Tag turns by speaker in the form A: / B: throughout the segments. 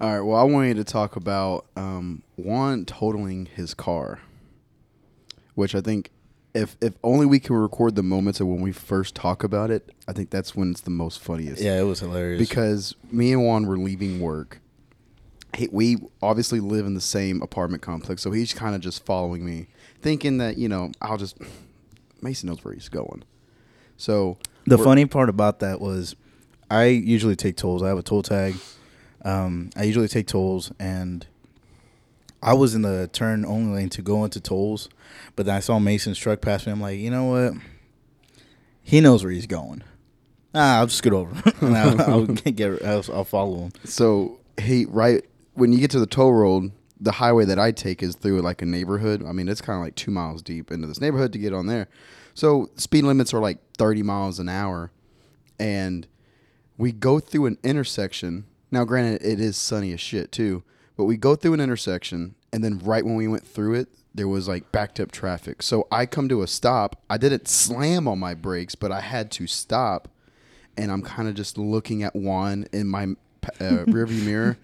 A: All right. Well, I want you to talk about um, Juan totaling his car, which I think, if if only we can record the moments of when we first talk about it, I think that's when it's the most funniest.
B: Yeah, it was hilarious.
A: Because me and Juan were leaving work. He, we obviously live in the same apartment complex, so he's kind of just following me, thinking that you know I'll just Mason knows where he's going. So
B: the
A: we're-
B: funny part about that was, I usually take tolls. I have a toll tag. Um, I usually take tolls, and I was in the turn only lane to go into tolls, but then I saw Mason's truck pass me. I'm like, you know what? He knows where he's going. Ah, I'll just scoot over. and I'll, I'll get. I'll, I'll follow him.
A: So he right when you get to the toll road, the highway that I take is through like a neighborhood. I mean, it's kind of like two miles deep into this neighborhood to get on there. So speed limits are like thirty miles an hour, and we go through an intersection. Now, granted, it is sunny as shit too, but we go through an intersection, and then right when we went through it, there was like backed up traffic. So I come to a stop. I didn't slam on my brakes, but I had to stop, and I'm kind of just looking at Juan in my uh, rearview mirror,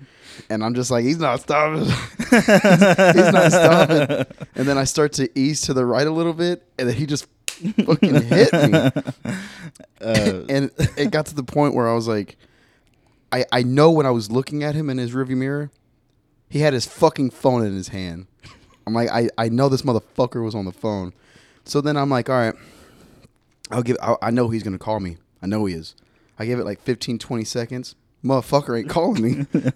A: and I'm just like, he's not stopping. he's not stopping. And then I start to ease to the right a little bit, and then he just fucking hit me
B: Uh,
A: and it got to the point where I was like, I, I know when I was looking at him in his rearview mirror, he had his fucking phone in his hand. I'm like, I, I know this motherfucker was on the phone. So then I'm like, all right, I'll give, I, I know he's going to call me. I know he is. I give it like 15, 20 seconds. Motherfucker ain't calling me.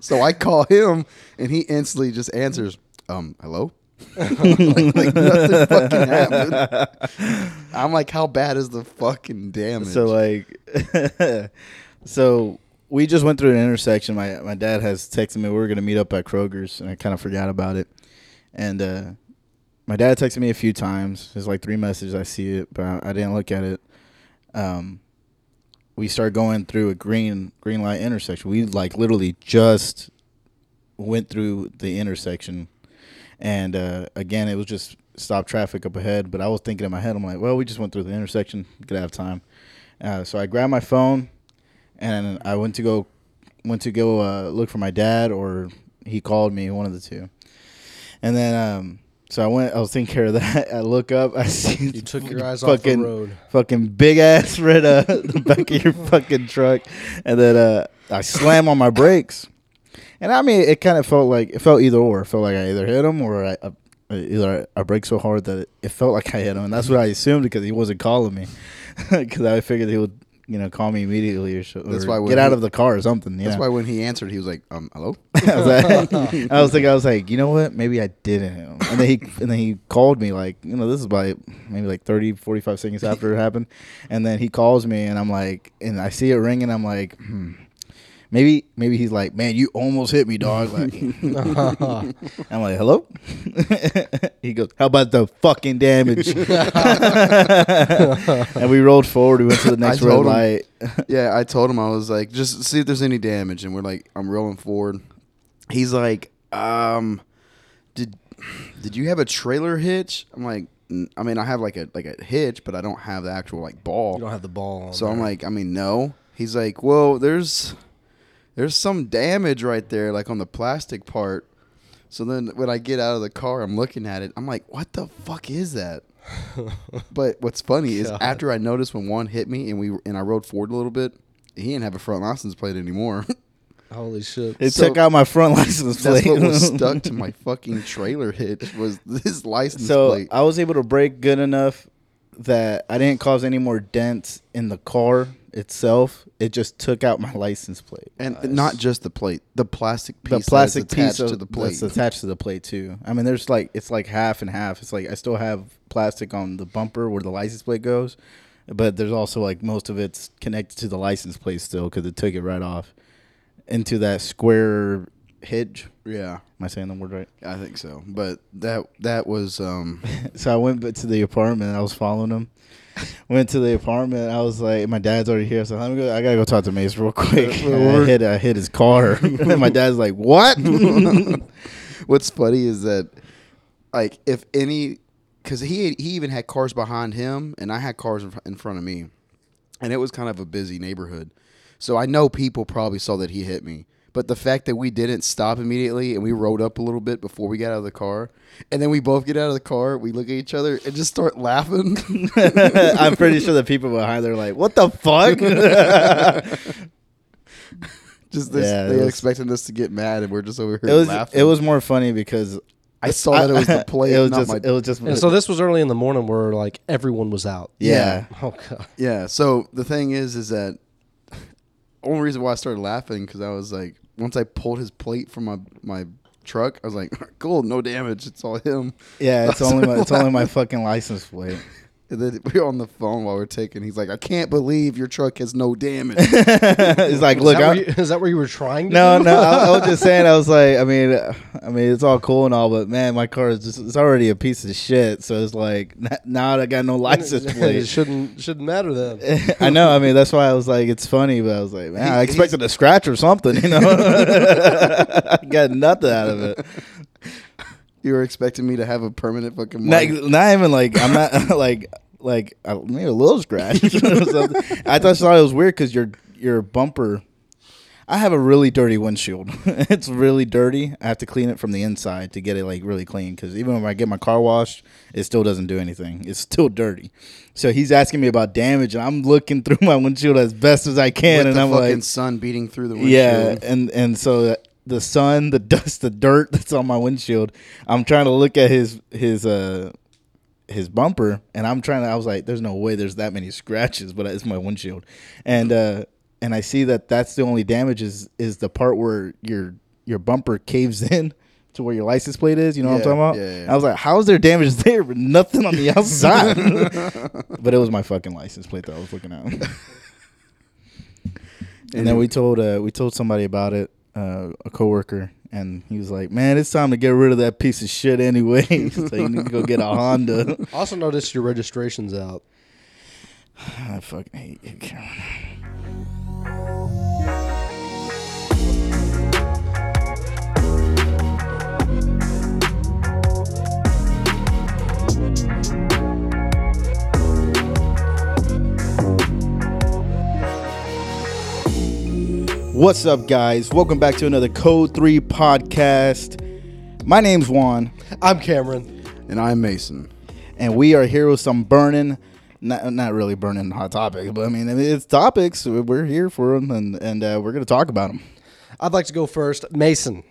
A: so I call him and he instantly just answers, um, hello? like, like nothing fucking happened. I'm like, how bad is the fucking damage?
B: So like, so we just went through an intersection. My my dad has texted me we were gonna meet up at Kroger's, and I kind of forgot about it. And uh, my dad texted me a few times. There's like three messages. I see it, but I, I didn't look at it. Um, we start going through a green green light intersection. We like literally just went through the intersection, and uh, again, it was just stop traffic up ahead. But I was thinking in my head, I'm like, well, we just went through the intersection, gonna have time. Uh, so I grabbed my phone, and I went to go went to go uh, look for my dad, or he called me, one of the two. And then, um, so I went. I was taking care of that. I look up. I see
C: You took your eyes off the road.
B: fucking big ass red uh the back of your fucking truck and then uh I slam on my brakes. And I mean it kind of felt like it felt either or. It felt like I either hit him or I, I either I, I braked so hard that it, it felt like I hit him and that's what I assumed because he wasn't calling me cuz I figured he would you know call me immediately or, so,
A: That's
B: or
A: why when
B: get out
A: he-
B: of the car or something.
A: That's
B: Yeah.
A: why when he answered, he was like, um, hello?
B: I was like, I was thinking, I was like, you know what? Maybe I didn't. hit him. And then he and then he called me like, you know, this is about maybe like 30, 45 seconds after it happened. And then he calls me and I'm like, and I see it ringing. I'm like, hmm. Maybe maybe he's like, man, you almost hit me, dog. Like, I'm like, hello. he goes, how about the fucking damage? and we rolled forward. We went to the next red
A: told him.
B: light.
A: yeah, I told him, I was like, just see if there's any damage. And we're like, I'm rolling forward. He's like, um, did did you have a trailer hitch? I'm like, "N- I mean, I have like a like a hitch, but I don't have the actual like ball.
C: You don't have the ball. on
A: So I'm
C: there.
A: like, I mean, no. He's like, well, there's there's some damage right there, like on the plastic part. So then when I get out of the car, I'm looking at it. I'm like, what the fuck is that? but what's funny is
C: God.
A: after I noticed when one hit me and we and I rode forward a little bit, he didn't have a front license plate anymore.
C: holy shit.
B: It
A: So-
B: took out my front license plate.
A: That's what was stuck to my fucking trailer hitch was his license
B: so uh,
A: plate.
B: I was able to brake good enough that I didn't cause any more dents in the car itself. It just took out my license plate. Uh,
A: and not just the plate, the plastic piece
B: The plastic
A: that's attached
B: piece of,
A: to the plate.
B: that's attached to the plate too. I mean, there's like it's like half and half. It's like I still have plastic on the bumper where the license plate goes, but there's also like most of it's connected to the license plate still because it took it right off into that square hitch.
A: yeah.
B: Am I saying the word right?
A: I think so, but that that was um,
B: So I went b- to the apartment. I was following him. Went to the apartment. I was like, my dad's already here. So let me go. I gotta go talk to Mace real quick. I hit, I hit his car. and my dad's like, what?
A: what's funny is that like if any because he he even had cars behind him and I had cars in, fr- in front of me, and it was kind of a busy neighborhood, so I know people probably saw that he hit me, But the fact that we didn't stop immediately and we rode up a little bit before we got out of the car, and then we both get out of the car, we look at each other and just start laughing.
B: I'm pretty sure the people behind there are like, what the fuck?
A: just this,
B: Yeah, it
A: they
B: was-
A: expecting us to get mad, and we're just over
B: it
A: here
B: was
A: laughing.
B: it was more funny because
A: I saw that it was the play,
B: it was
A: not
B: just
A: my
B: it was just
C: And so this was early in the morning where like everyone was out.
B: yeah.
C: Oh god.
A: Yeah. So the thing is, is that only reason why I started laughing because I was like, once I pulled his plate from my my truck, I was like, cool, no damage. It's all him.
B: Yeah, it's only my, it's only my fucking license plate.
A: And then we were on the phone while we are taking. He's like, I can't believe your truck has no damage.
B: it's like,
C: Is
B: look,
C: that
B: I,
C: where you- is that where you were trying to
B: no,
C: go?
B: no, I, I was just saying. I was like, I mean, uh, I mean, it's all cool and all, but man, my car is just, it's already a piece of shit. So it's like n- now I got no license
C: it
B: plate.
C: shouldn't shouldn't matter then.
A: Eh.
B: I know. I mean, that's why I was like, it's funny, but I was like, man, I
A: He-
B: expected a scratch or something. You know, I got nothing out of it.
A: you were expecting me to have a permanent fucking
B: Not, e,
A: mark.
B: not even like I'm not like like uh, maybe a little scratch. or something. I just thought it was weird because your your bumper. I have a really dirty windshield. it's really dirty. I have to clean it from the inside to get it like really clean. Because even when I get my car washed, it still doesn't do anything. It's still dirty. So he's asking me about damage, and I'm looking through my windshield as best as I can,
A: with
B: and
A: the
B: I'm
A: fucking
B: like,
A: sun beating through the windshield.
B: yeah, and and so the sun, the dust, the dirt that's on my windshield. I'm trying to look at his his uh his bumper, and I'm trying to. I was like, "There's no way there's that many scratches," but it's my windshield, and uh and I see that that's the only damage is is the part where your your bumper caves in. To where your license plate is, you know
A: Yeah,
B: what I'm talking about.
A: yeah, yeah.
B: I was like, "How is there damage there, but nothing on the outside?" but it was my fucking license plate that I was looking at. And then we told uh, we told somebody about it, uh, a coworker, and he was like, "Man, it's time to get rid of that piece of shit anyway. so you need to go get a Honda."
C: Also noticed your registration's out.
B: I fucking hate you, Cameron. What's up, guys? Welcome back to another Code 3 podcast. My name's Juan,
C: I'm Cameron.
A: and I'm Mason.
B: and we are here with some burning not, not really burning hot topics but i mean it's topics we're here for them and, and uh, we're gonna talk about them
C: I'd like to go first. Mason.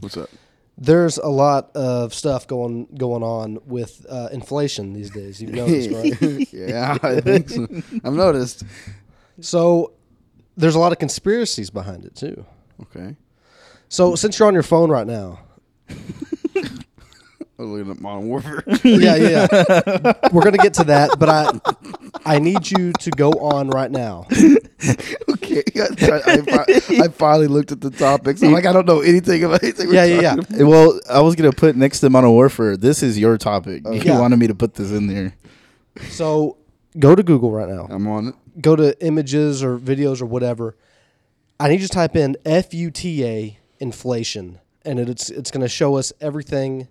A: What's up?
C: There's a lot of stuff going going on with uh, inflation these days. You've noticed, right?
A: yeah, I think so. I've noticed.
C: So there's a lot of conspiracies behind it too.
A: Okay,
C: So since you're on your phone right now,
A: I'm looking at Modern Warfare.
C: yeah, yeah, yeah. we're gonna get to that, but I I need you to go on right now.
A: okay, I, I, fi- I finally looked at the topics. I'm like, I don't know anything about anything. we're
C: Yeah, yeah, yeah.
A: talking
B: well i was gonna put next to modern warfare this is your topic you
C: Oh, Yeah.
B: wanted me to put this in there
C: So go to Google right now.
A: about. I'm on it.
C: Go to images or videos or whatever. I need you to type in F U T A inflation, and it, it's it's gonna show us everything.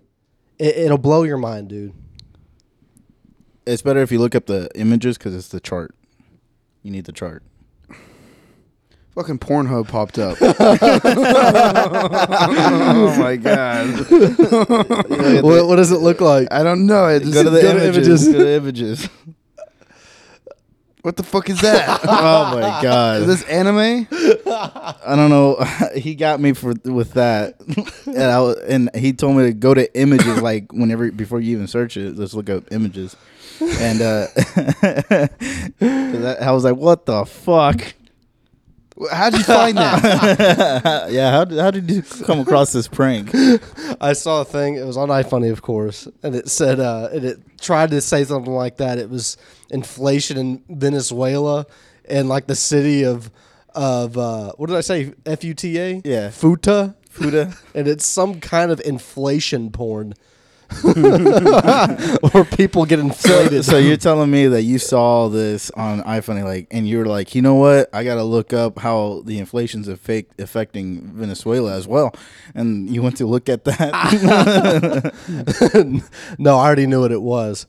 C: It, it'll blow your mind, dude.
B: it's better if you look up the images because it's the chart you need the chart
A: Fucking Pornhub popped up. oh my god!
C: what, what does it look like?
A: I don't know. It just,
B: go to the images,
A: images.
B: go to the images
A: What the fuck is that?
B: oh my god
A: is this anime?
B: I don't know. he got me for with that, and I was, and he told me to go to images like whenever before you even search it, let's look up images, and uh, 'cause I, I was like, what the fuck?
A: How'd you find that?
B: yeah, how did how did you come across this prank?
C: I saw a thing. It was on iFunny, of course, and it said, uh, and it tried to say something like that. It was inflation in Venezuela and like the city of of uh, what did I say? F U T A.
B: Yeah.
C: Futa,
B: Fuda.
C: and it's some kind of inflation porn. Where people get inflated.
B: So you're telling me that you saw this on iPhone, like, and you were like, you know what? I gotta look up how the inflation's affect, affecting Venezuela as well, and you went to look at that.
C: no, I already knew what it was.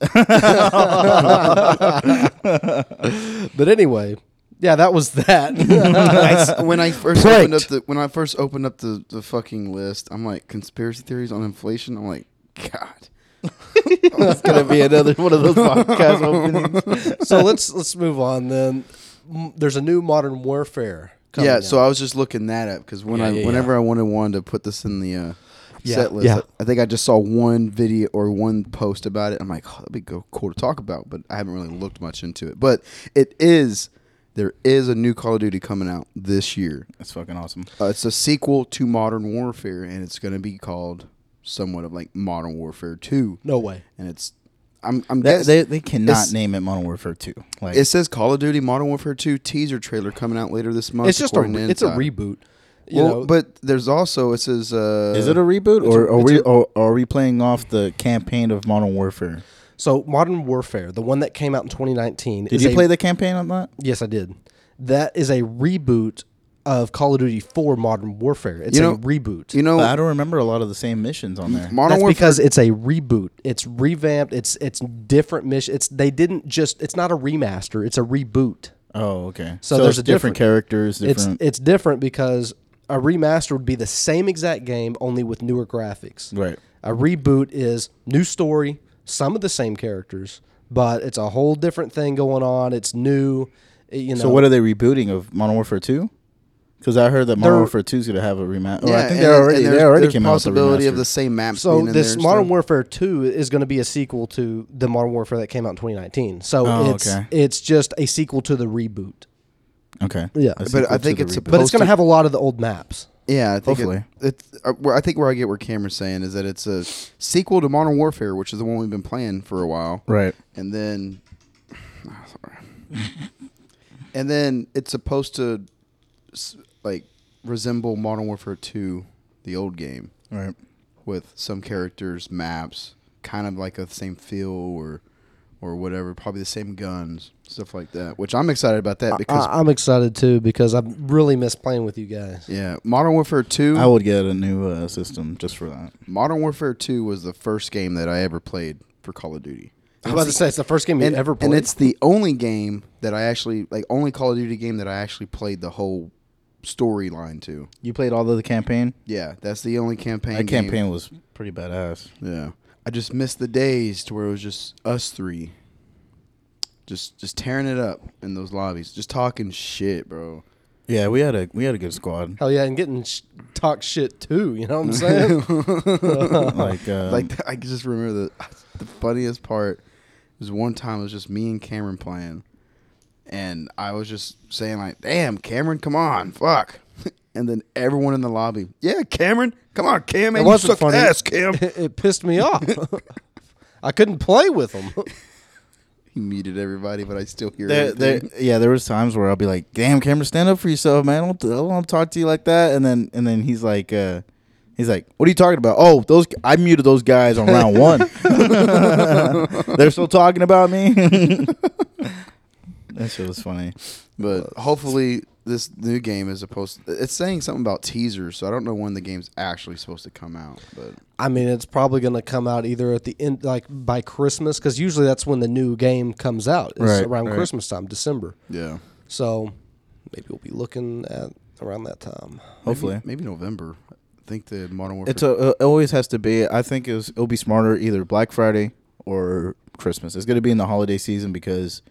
C: but anyway, Yeah, that was that.
A: I s- when I first
B: Plate.
A: opened up the when I first opened up the, the fucking list, I'm like conspiracy theories on inflation. I'm like, God,
B: It's gonna be another one of those podcast openings.
C: so let's let's move on then. M- There's a new modern warfare. Coming
A: yeah.
C: out.
A: So I was just looking that up because when
B: Yeah,
A: I
B: yeah,
A: whenever I wanted wanted to put this in the uh,
C: Yeah,
A: set list,
C: yeah.
A: I think I just saw one video or one post about it. I'm like, oh, that'd be go- cool to talk about, but I haven't really looked much into it. But it is there is a new Call of Duty coming out this year.
B: That's fucking awesome.
A: Uh, it's a sequel to Modern Warfare, and it's going to be called somewhat of like Modern Warfare Two.
C: no way.
A: and it's I'm I'm
B: That,
A: guess-
B: they they cannot
A: it's-
B: name it Modern Warfare Two. Like
A: it says Call of Duty Modern Warfare 2 teaser trailer coming out later this month.
C: It's just a
A: according
C: re-
A: to
C: it's a
A: Inside.
C: reboot. You
A: Well,
C: know,
A: but there's also it says uh,
B: Is it a reboot,
A: it's
B: or
A: a-
B: are
A: it's
B: we
A: a-
B: or, are we playing off the campaign of Modern Warfare?
C: so Modern Warfare, the one that came out in 2019.
B: Did
C: is
B: you
C: a-
B: play the campaign on that?
C: Yes, I did. That is a reboot of Call of Duty 4 Modern Warfare. It's
A: You
C: a
A: know-
C: reboot.
A: you
B: But I
A: know
B: don't remember a lot of the same missions on there.
A: Modern
C: That's
A: Warfare
C: because it's a reboot. It's revamped. It's it's different mission. It's they didn't just. It's not a remaster. It's a reboot.
B: Oh, okay.
C: So
B: it's
C: there's a
B: different
C: difference.
B: characters, different
C: It's it's different because a remaster would be the same exact game only with newer graphics.
B: right.
C: A reboot is new story, some of the same characters, but it's a whole different thing going on. It's new. eh, You know.
B: So what are they rebooting of Modern Warfare Two? Because I heard that Modern
C: They're-
B: Warfare Two is going to have a remaster.
A: yeah,
B: I think
A: and-
B: they already
A: and
B: they
A: there's-
B: already
A: there's
B: came out with a
A: possibility of
B: remaster.
A: the same maps.
C: So
A: being in
C: this
A: there and
C: Modern
A: stuff.
C: Warfare 2 is going to be a sequel to the Modern Warfare that came out in 2019. So
B: Oh,
C: it's
B: okay.
C: it's just a sequel to the reboot.
B: Okay.
C: Yeah.
B: A
C: But
B: sequel
A: I
B: to
A: think
B: the
A: it's a-
B: reboot.
C: But it's going to
A: Posted-
C: have a lot of the old maps.
A: Yeah, I think it-
B: Hopefully.
A: it's uh, where I think where I get where Cameron's saying is that it's a sequel to Modern Warfare, which is the one we've been playing for a while.
B: right.
A: and then and then it's supposed to s- like resemble Modern Warfare 2 the old game
B: Right.
A: with some characters maps kind of like a same feel or or whatever probably the same guns stuff like that which I'm excited about that because
C: I, I'm excited too because I really miss playing with you guys.
A: yeah Modern Warfare 2
B: I would get a new uh, system just for that.
A: Modern Warfare 2 was the first game that I ever played for Call of Duty
C: I'm about to say it's the first game you
A: and,
C: ever
A: and
C: played.
A: it's the only game that I actually like only Call of Duty game that I actually played the whole storyline to.
B: You played all of the campaign.
A: Yeah, that's the only campaign.
B: That
A: game.
B: campaign was pretty badass.
A: Yeah, I just missed the days to where it was just us three, just just tearing it up in those lobbies, just talking shit, bro.
B: Yeah, we had a we had a good squad.
C: Hell yeah, and getting sh- talk shit too. You know what I'm saying?
B: like um,
A: like I can just remember the the funniest part was one time it was just me and Cameron playing, and I was just saying like, "Damn, Cameron, come on, fuck," and then everyone in the lobby, "Yeah, Cameron, come on, Cam, man, you
C: wasn't
A: suck
C: funny.
A: ass, Cam."
C: it, it pissed me off. I couldn't play with them.
A: he muted everybody, but I still hear
B: there, there,
A: everything.
B: yeah, there was times where I'll be like, "Damn, Cameron, stand up for yourself, man. I don't, I don't want to talk to you like that." And then, and then he's like, uh, "He's like, what are you talking about? Oh, those I muted those guys on round one. They're still talking about me." that shit was funny.
A: But Uh, hopefully, this new game is supposed. It's saying something about teasers, so I don't know when the game's actually supposed to come out. But
C: I mean, it's probably going to come out either at the end, like by Christmas, because usually that's when the new game comes out. It's
B: Right,
C: around
B: right.
C: Christmas time, December.
A: yeah,
C: So maybe we'll be looking at around that time.
B: Hopefully,
A: maybe November. I think the Modern Warfare.
B: it's a, it always has to be. I think it was, it'll be smarter either Black Friday or Christmas. It's going to be in the holiday season because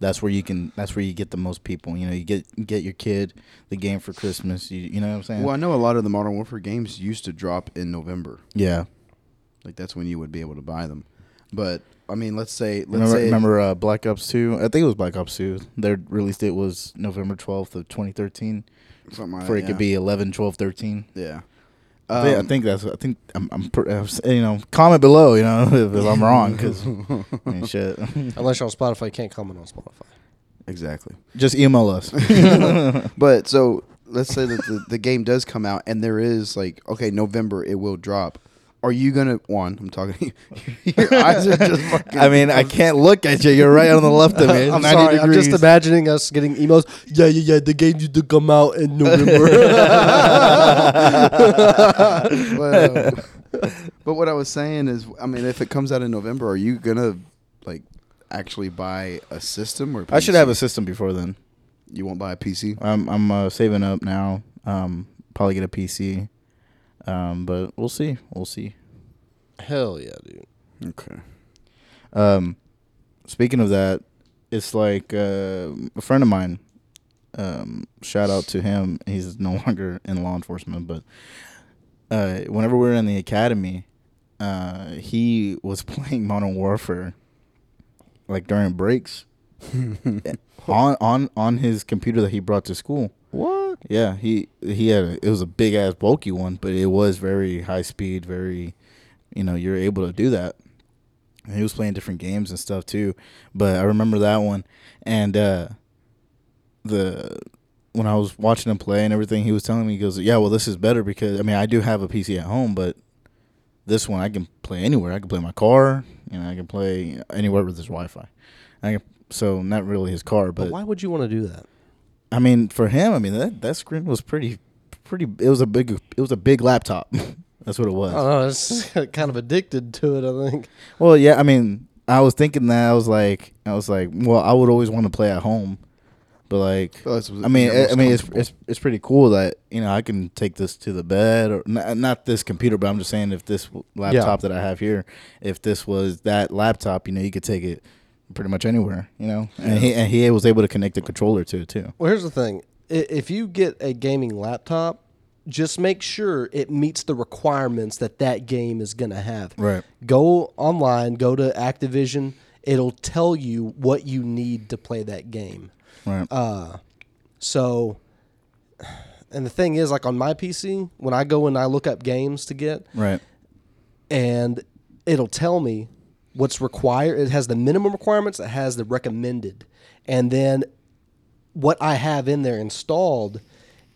B: that's where you can. That's where you get the most people. You know, you get you get your kid the game for Christmas. You, you know what I'm saying?
A: Well, I know a lot of the Modern Warfare games used to drop in November.
B: Yeah.
A: Like that's when you would be able to buy them. But I mean, let's say let's
B: Remember,
A: say
B: remember uh, Black Ops Two? I think it was Black Ops Two. Their release date was November twelfth of 2013.
A: something like
B: For it
A: Uh, yeah.
B: could be 11, 12, 13.
A: yeah.
B: I, think, I
A: Um,
B: think that's. I think I'm. I'm per, uh, you know, comment below. You know, if, if I'm wrong, because shit.
C: Unless you're on Spotify, you can't comment on Spotify.
A: exactly.
B: Just email us.
A: But so let's say that the, the game does come out and there is like okay November it will drop. Are you gonna one? I'm talking. your eyes are just fucking.
B: I mean, I can't look at you. You're right on the left of me.
C: I'm
B: 90
C: sorry. I'm just
B: degrees.
C: imagining us getting emails. Yeah, yeah, yeah. The game used to come out in November.
A: Well, but what I was saying is, I mean, if it comes out in November, are you gonna like actually buy a system or?
B: I should have a
A: a.
B: system before then.
A: You won't buy a PC?
B: I'm I'm uh, saving up now. Um, probably get a PC. Um, but we'll see. We'll see.
C: Hell yeah, dude.
A: Okay.
B: Um, speaking of that, it's like uh, a friend of mine. Um, shout out to him. He's no longer in law enforcement, but uh, whenever we were in the academy, uh, he was playing Modern Warfare, like during breaks, on on on his computer that he brought to school.
C: What?
B: Yeah, he he had a, it was a big ass bulky one, but it was very high speed, very you know, you're able to do that. And he was playing different games and stuff too, but I remember that one and uh the when I was watching him play and everything, he was telling me he goes, "Yeah, well this is better because I mean, I do have a PC at home, but this one I can play anywhere. I can play in my car, you know, I can play anywhere with this Wi-Fi." I can, so not really his car,
C: But
B: but
C: why would you want to do that?
B: I mean, for him, I mean that that screen was pretty, pretty. It was a big, it was a big laptop. That's what it was.
C: I
A: Uh-huh.
C: don't know. It's kind of addicted to it. I think.
B: well, yeah. I mean, I was thinking that I was like, I was like, well, I would always want to play at home, but like,
A: Well, that's what-
B: I mean,
A: yeah,
B: I, I
A: most
B: mean, it's,
A: comfortable.
B: it's it's pretty cool that you know I can take this to the bed or not, not this computer, but I'm just saying if this laptop that I have here, if this was that laptop, you know, you could take it pretty much anywhere, you know, and he and he was able to connect the controller to it too.
C: Well, here's the thing: I- if you get a gaming laptop, just make sure it meets the requirements that that game is going to have.
B: Right.
C: Go online. Go to Activision. It'll tell you what you need to play that game.
B: Right.
A: Uh,
C: So, and the thing is, like on my PC, when I go and I look up games to get,
B: right.
C: and it'll tell me what's required. It has the minimum requirements, it has the recommended, and then what I have in there installed.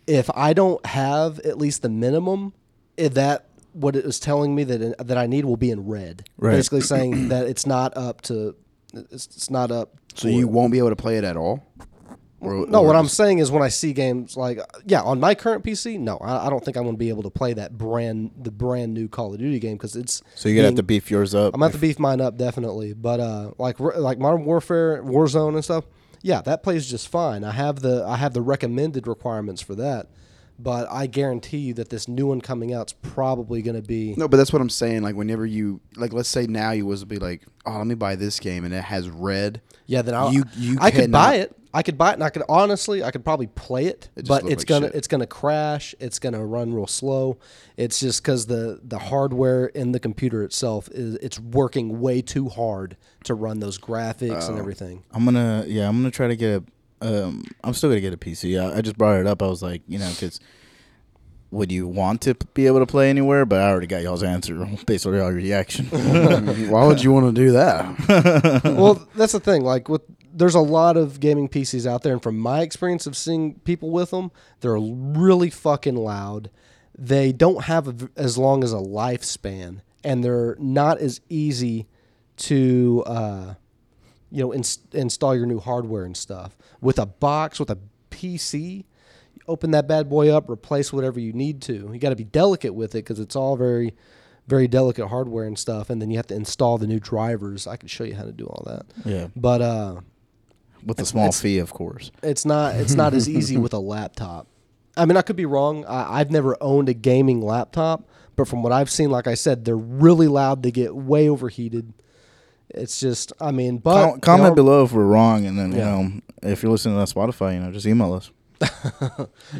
C: If I don't have at least the minimum, if that what it was telling me that uh, that I need will be in red,
B: Right.
C: basically saying that it's not up to, it's, it's not up.
A: So you won't be able to play it at all? Or-
C: No,
A: or
C: what I'm
A: just-
C: saying is when I see games like yeah, on my current PC, no, I, I don't think I'm going to be able to play that brand the brand new Call of Duty game because it's
B: So you're gonna have
C: being-
B: to beef yours up.
C: I'm gonna have to beef mine up definitely, but uh, like like Modern Warfare, Warzone, and stuff. Yeah, that plays just fine. I have the I have the recommended requirements for that, but I guarantee you that this new one coming out's probably gonna be
A: No, but that's what I'm saying. Like whenever you like, let's say now you was to be like, oh, let me buy this game, and it has red.
C: yeah. Then I'll,
A: you you
C: I could buy
A: cannot-
C: it. I could buy it, and I could honestly, I could probably play it,
A: It just
C: but
A: looked
C: it's
A: like
C: gonna
A: shit.
C: it's gonna crash. It's gonna run real slow. It's just because the the hardware in the computer itself is it's working way too hard to run those graphics
A: Oh.
C: and everything.
B: I'm gonna yeah, I'm gonna try to get a. Um, I'm still gonna get a PC. I, I just brought it up. I was like, you know, because would you want to p- be able to play anywhere? But I already got y'all's answer based on y'all reaction.
A: Why would you want to do that?
C: well, that's the thing. Like, with there's a lot of gaming PCs out there, and from my experience of seeing people with them, they're really fucking loud. They don't have a v as long as a lifespan, and they're not as easy to, uh, you know, ins- install your new hardware and stuff. With a box, with a PC, you open that bad boy up, replace whatever you need to. You got to be delicate with it because it's all very, very delicate hardware and stuff. And then you have to install the new drivers. I can show you how to do all that.
B: yeah,
C: But uh,
B: with a small fee, of course.
C: it's not it's not as easy with a laptop. I mean, I could be wrong. I, I've never owned a gaming laptop, but from what I've seen, like I said, they're really loud. They get way overheated. It's just, I mean, but
A: Uh,
B: Com- comment
C: they are-
B: below if we're wrong, and then
C: Yeah.
B: you know, if you're listening on Spotify, you know, just email us.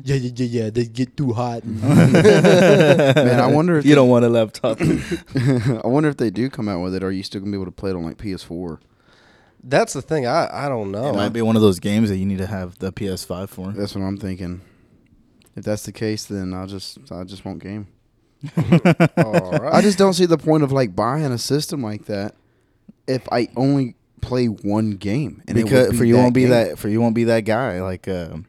C: yeah, yeah, yeah, yeah. They get too hot.
B: Mm-hmm.
A: Man, I wonder if
B: you don't want a laptop.
A: I wonder if they do come out with it. Are you still gonna be able to play it on like PS4?
C: That's the thing. I I don't
B: it
C: know.
B: might be one of those games that you need to have the PS5 for.
A: That's what I'm thinking. If that's the case, then I'll just I just won't game.
C: all right.
A: I just don't see the point of like buying a system like that if I only play one game. it would
B: because
A: be
B: for you won't be
A: game.
B: that for you won't be that guy. Like um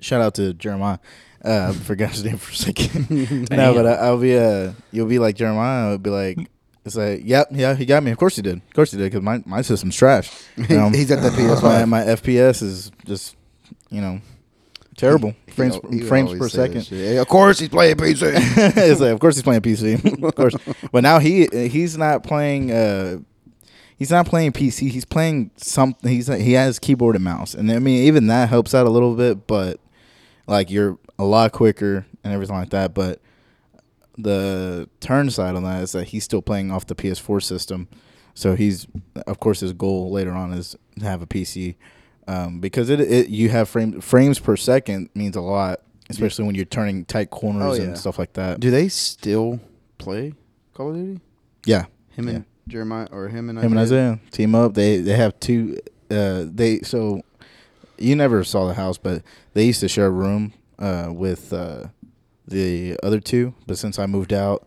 B: shout out to Jeremiah. Uh, forgot his name for a second. no, but I, I'll be uh, you'll be like Jeremiah. I'll be like, it's like, yep, yeah, he got me. Of course he did. Of course he did. Because my, my system's trash. You know,
A: He's at the
B: my,
A: PS5.
B: my FPS is just, you know, terrible.
A: He-
B: frames
A: he would
B: frames
A: always
B: per
A: say that
B: second.
A: shit. Yeah, Of course, he's playing PC.
B: it's like, of course he's playing PC, of course. But now he he's not playing. Uh, he's not playing PC. He's playing something. He's he has keyboard and mouse, and I mean even that helps out a little bit. But like you're a lot quicker and everything like that. But the turn side on that is that he's still playing off the PS4 system. So he's, of course, his goal later on is to have a PC um, because it, it you have frame, frames per second means a lot, especially when you're turning tight corners
A: Oh, yeah.
B: and stuff like that.
A: Do they still play Call of Duty?
B: Yeah,
A: Him and Jeremiah, or him and
B: him and Isaiah team up. They they have two. Uh, they so you never saw the house, but they used to share a room uh, with uh, the other two. But since I moved out,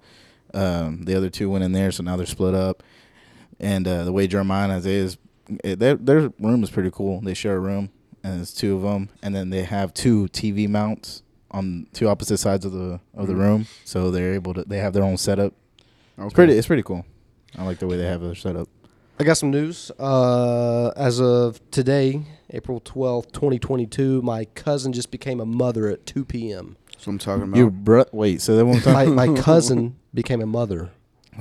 B: um, the other two went in there, so now they're split up. And uh, the way Jeremiah and Isaiah is, it, their their room is pretty cool. They share a room, and there's two of them, and then they have two TV mounts on two opposite sides of the of the room, so they're able to. They have their own setup.
A: Okay.
B: It's pretty. It's pretty cool. I like the way they have their setup.
C: I got some news. Uh, as of today, April 12th, 2022, my cousin just became a mother at 2 p.m.
A: That's what I'm talking about.
B: You bro- wait, say that one more
C: My,
B: time.
C: my cousin became a mother.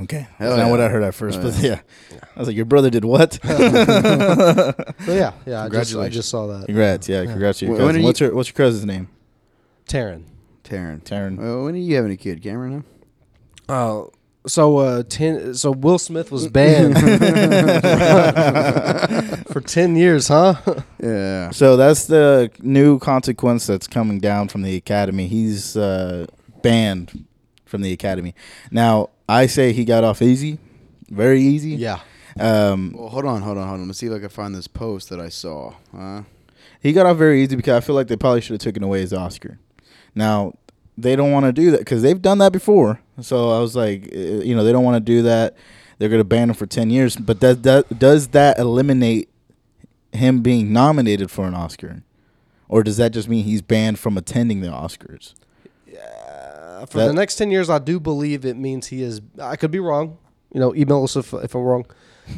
B: okay,
A: Hell
B: that's not
A: yeah.
B: what I heard at first,
A: Hell
B: but yeah. I was like, your brother did what?
C: So yeah, yeah, I just, I
A: Congratulations.
C: just saw that.
B: congrats, yeah, congrats to your
A: When- when
B: cousin.
A: are
B: What's your What's your cousin's name?
C: Taryn.
A: Taryn.
B: Taryn.
A: Well, when are you having a kid, Cameron? Huh?
C: Uh, so uh, ten. So Will Smith was banned for ten years, huh?
A: Yeah.
B: So that's the new consequence that's coming down from the academy. He's uh, banned from the academy. Now I say he got off easy, very easy.
C: yeah.
B: Um,
A: Well, hold on, hold on, hold on. Let's see if I can find this post that I saw. Huh?
B: He got off very easy because I feel like they probably should have taken away his Oscar. Now they don't want to do that because they've done that before. So I was like, uh, you know, they don't want to do that. They're going to ban him for ten years. But does that does that eliminate him being nominated for an Oscar, or does that just mean he's banned from attending the Oscars?
C: Uh, for
B: That-
C: the next ten years, I do believe it means he is. I could be wrong. You know, email us if, if I'm wrong.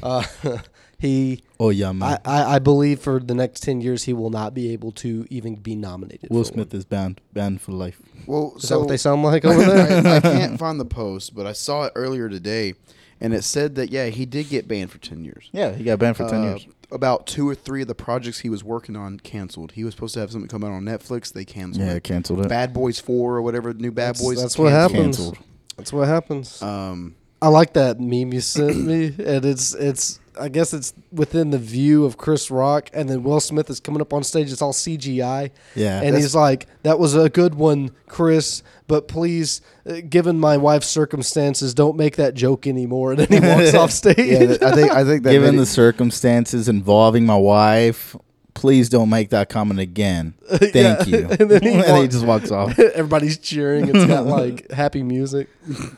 C: Uh, he,
B: Oh yeah, man.
C: I, I, I believe for the next ten years, he will not be able to even be nominated.
B: Will
C: for
B: Smith
C: One.
B: is banned banned for life.
A: Well,
C: Is
A: so
C: that what they sound like over there?
A: I, I can't find the post, but I saw it earlier today, and it said that yeah, he did get banned for ten years.
B: Yeah, he got banned for ten
A: Uh,
B: years.
A: About two or three of the projects he was working on canceled. He was supposed to have something come out on Netflix. They canceled.
B: Yeah,
A: it.
B: canceled it.
A: Bad Boys Four or whatever New Bad
C: That's-
A: Boys.
C: that's what happens.
B: Canceled.
C: That's what happens.
A: Um,
C: I like that meme you sent me, and it's it's. I guess it's within the view of Chris Rock, and then Will Smith is coming up on stage. It's all CGI.
B: Yeah,
C: and he's like, "That was a good one, Chris, but please, uh, given my wife's circumstances, don't make that joke anymore." And then he walks off stage.
A: yeah, th- I think I think that
B: Given
A: made
B: the
A: it-
B: circumstances involving my wife, please don't make that comment again. Thank you.
C: And then he walk-
B: just walks off.
C: Everybody's cheering. It's got like happy music.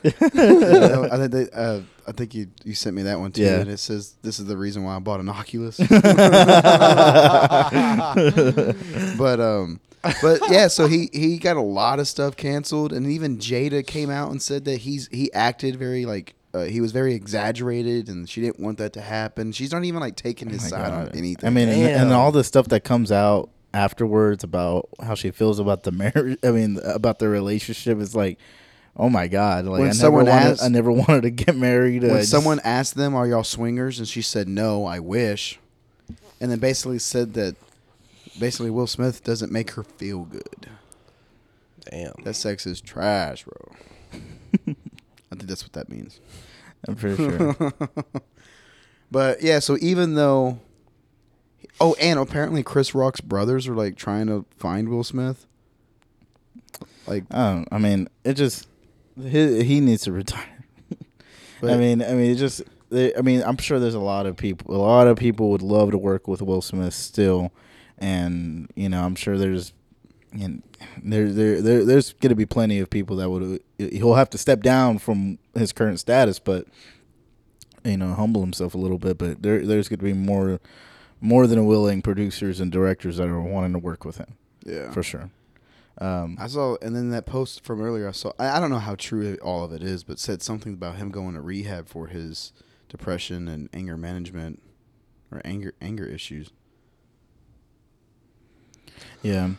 A: Yeah, that- I think they, uh, I think you you sent me that one too,
B: Yeah.
A: and it says this is the reason why I bought an Oculus. but um, but yeah, so he he got a lot of stuff canceled, and even Jada came out and said that he's he acted very like. Uh, he was very exaggerated, and she didn't want that to happen. She's not even like taking his
B: Oh My
A: side
B: God.
A: on anything.
B: I mean, and, and
C: Damn.
B: all the stuff that comes out afterwards about how she feels about the marriage. I mean, about their relationship is like, oh my god. Like
A: When
B: I
A: someone
B: never wanted,
A: asks-
B: I never wanted to get married. I
A: when
B: just-
A: someone asked them, "Are y'all swingers?" and she said, "No, I wish," and then basically said that basically Will Smith doesn't make her feel good.
C: Damn.
A: That sex is trash, bro. I think that's what that means.
B: I'm pretty sure.
A: But yeah, so even though, oh, and apparently Chris Rock's brothers are like trying to find Will Smith. Like,
B: Um, I mean, it just he, he needs to retire. I
A: But-
B: mean, I mean, it just. They, I mean, I'm sure there's a lot of people. A lot of people would love to work with Will Smith still, and you know, I'm sure there's, and there, there, there there's going to be plenty of people that would. He'll have to step down from his current status, but you know, humble himself a little bit. But there, there's going to be more, more than willing producers and directors that are wanting to work with him
A: yeah,
B: for sure. Um,
A: I saw, and then that post from earlier, I saw, I, I don't know how true all of it is, but said something about him going to rehab for his depression and anger management or anger anger issues.
B: Yeah.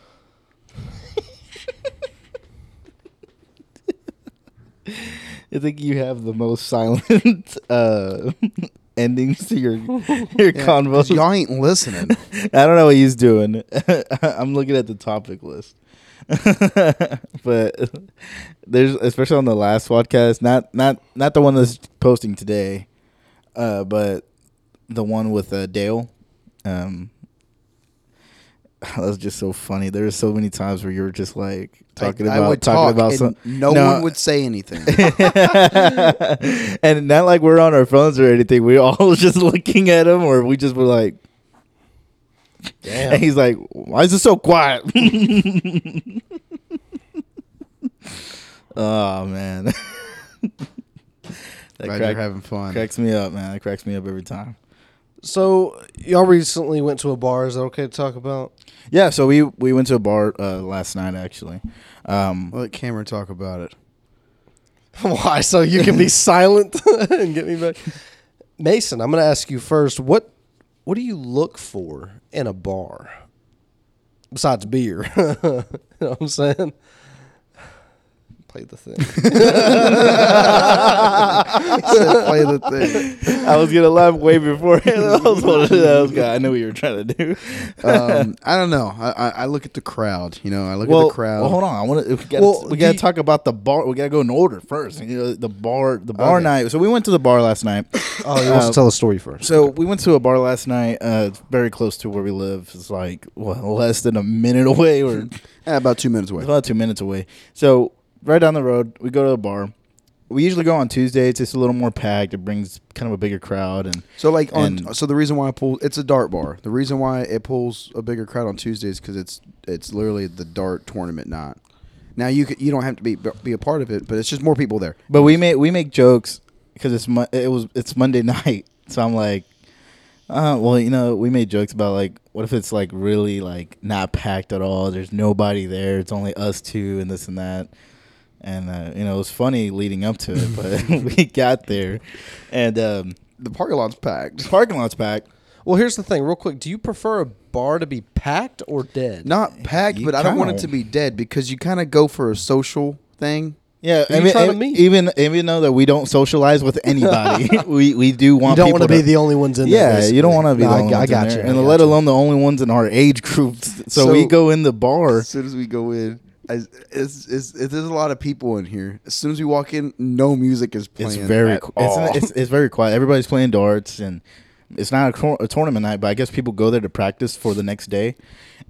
B: I think you have the most silent uh, endings to your your convos.
A: y'all ain't listening.
B: I don't know what he's doing. I'm looking at the topic list. but there's especially on the last podcast, not not not the one that's posting today, uh, but the one with uh, Dale. Um, that was just so funny. There were so many times where you were just like talking
A: I,
B: about
A: I would
B: talking
A: talk
B: about
A: and
B: some-
A: no,
B: No.
A: one would say anything.
B: and not like we're on our phones or anything. We all was just looking at him, or we just were like,
C: Damn.
B: And he's like, "Why is it so quiet?" oh man, that
A: Glad
B: crack-
A: you're having fun.
B: cracks me up, man. That cracks me up every time.
C: So y'all recently went to a bar. Is that okay to talk about?
B: Yeah, so we we went to a bar uh, last night actually. Um,
A: Let Cameron talk about it.
C: Why? So you can be silent and get me back. Mason, I'm going to ask you first. What What do you look for in a bar besides beer? you know what I'm saying? Play the thing.
A: Play the thing.
B: I was gonna laugh way before I was one of those guys. I know what you were trying to do.
A: Um, I don't know. I, I, I look at the crowd. You know, I look at the crowd.
B: Well, hold on. I want to. We gotta,
C: Well,
B: we gotta
C: the-
B: talk about the bar. We gotta go in order first. You know, the bar, the bar
C: Okay.
B: night. So we went to the bar last night.
C: Oh, you want
B: Uh,
C: to tell a story first?
B: So we went to a bar last night. Uh, it's very close to where we live. It's like well, less than a minute away, or
A: Eh, about two minutes away.
B: it's about two minutes away. So right down the road, we go to a bar. We usually go on Tuesday. It's just a little more packed. It brings kind of a bigger crowd, and
A: So like on
B: And-
A: so the reason why I pull it's a dart bar. The reason why it pulls a bigger crowd on Tuesdays because it's it's literally the dart tournament night. Now you could, you don't have to be be a part of it, but it's just more people there.
B: But we make we make jokes because it's Mon- it was it's Monday night, so I'm like, uh, well, you know, we made jokes about like, what if it's like really like not packed at all? There's nobody there. It's only us two and this and that. And uh, you know, it was funny leading up to it, but we got there, and um,
A: The parking lot's packed.
B: parking lot's packed.
C: Well, here's the thing, real quick. Do you prefer a bar to be packed or dead?
A: Not packed,
B: You
A: but I don't want it
B: kinda-
A: to be dead because you kind of go for a social thing.
B: Yeah,
C: Who you trying to meet?
B: even even though that we don't socialize with anybody, we we do want
C: you don't
B: want
C: want to be the only ones in there.
B: Yeah, you don't
C: basically.
B: want to be
C: No,
B: the
C: I-
B: only
C: I,
B: ones in
C: got
B: there,
C: you. I
B: and
C: got
B: let
C: you.
B: alone the only ones in our age groups. So,
A: So-
B: we go in the bar.
A: As soon as we go in, as, as, as, as there's a lot of people in here. As soon as we walk in, no music is playing.
B: It's very
A: at
B: qu-
A: all.
B: it's, it's it's very quiet. Everybody's playing darts, and it's not a, tour- a tournament night, but I guess people go there to practice for the next day.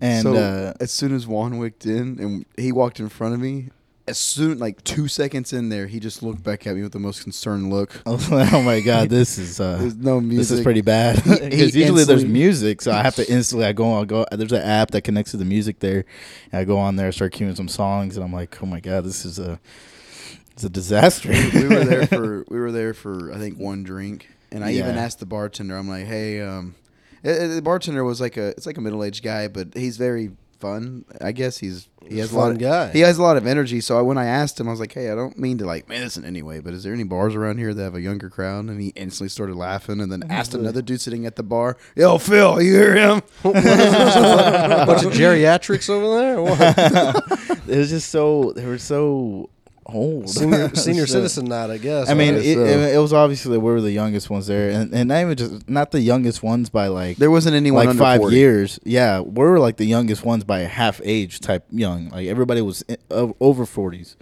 B: And
A: so
B: uh,
A: as soon as Juan walked in and he walked in front of me, as soon like two seconds in there, he just looked back at me with the most concerned look.
B: I was like, oh my god, this is uh,
A: There's no music.
B: this is pretty bad.
A: He- he
B: Because usually there's
A: instantly-
B: music, so I have to instantly I go on go. There's an app that connects to the music there, and I go on there, start queuing some songs, and I'm like, oh my god, this is a it's a disaster.
A: we were there for we were there for I think one drink, and I even
B: Yeah.
A: asked the bartender. I'm like, hey, um, eh, eh, the bartender was like a it's like a middle aged guy, but he's very fun. I guess he's he has a lot
C: Fun
A: of,
C: guy.
A: He has a lot of energy. So I, when I asked him, I was like, hey, I don't mean to like man this in any way, but is there any bars around here that have a younger crowd? And he instantly started laughing, and
B: Oh,
A: then asked another dude sitting at the bar, yo, Phil, you hear him?
C: a bunch of geriatrics over there. or what?
B: it was just so they were so old.
C: Senior, senior
B: So-
C: citizen night, I guess.
B: I mean,
C: right?
B: it,
A: so.
B: it, it was obviously we were the youngest ones there, and, and not even just not the youngest ones by like
A: There wasn't anyone
B: like
A: under
B: five
A: 40.
B: years. Yeah, we were like the youngest ones by a half age type young. Like everybody was i- o- over forties,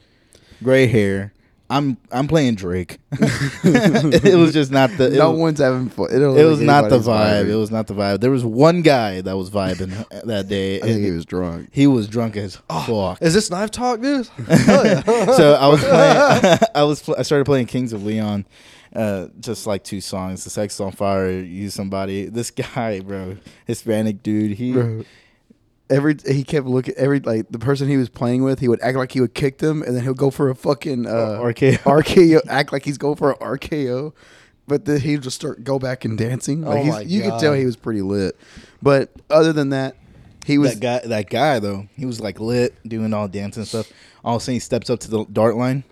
B: gray hair. I'm I'm playing Drake. it was just not the it
A: No
B: was,
A: one's having fun. It,
B: it was not the vibe. It was not the vibe. There was one guy that was vibing that day.
A: I think
B: and
A: he was Oh, drunk.
B: he was drunk as fuck
C: Is this knife talk, dude? Hell yeah.
B: so I was playing, I was pl- I started playing Kings of Leon, uh, just like two songs, The Sex on Fire, You Somebody. This guy, bro, Hispanic dude, he
A: Bro. Every he kept looking every like the person he was playing with, he would act like he would kick them, and then he'll go for a fucking uh,
B: RKO.
A: RKO, act like he's going for an RKO, but then he'd just start go back and dancing. Like
C: Oh
A: he's,
C: my
A: you could tell
C: God.
A: he was pretty lit, but other than that, he was
B: that guy, that guy though, he was like lit, doing all dancing stuff. All of a sudden, he steps up to the dart line,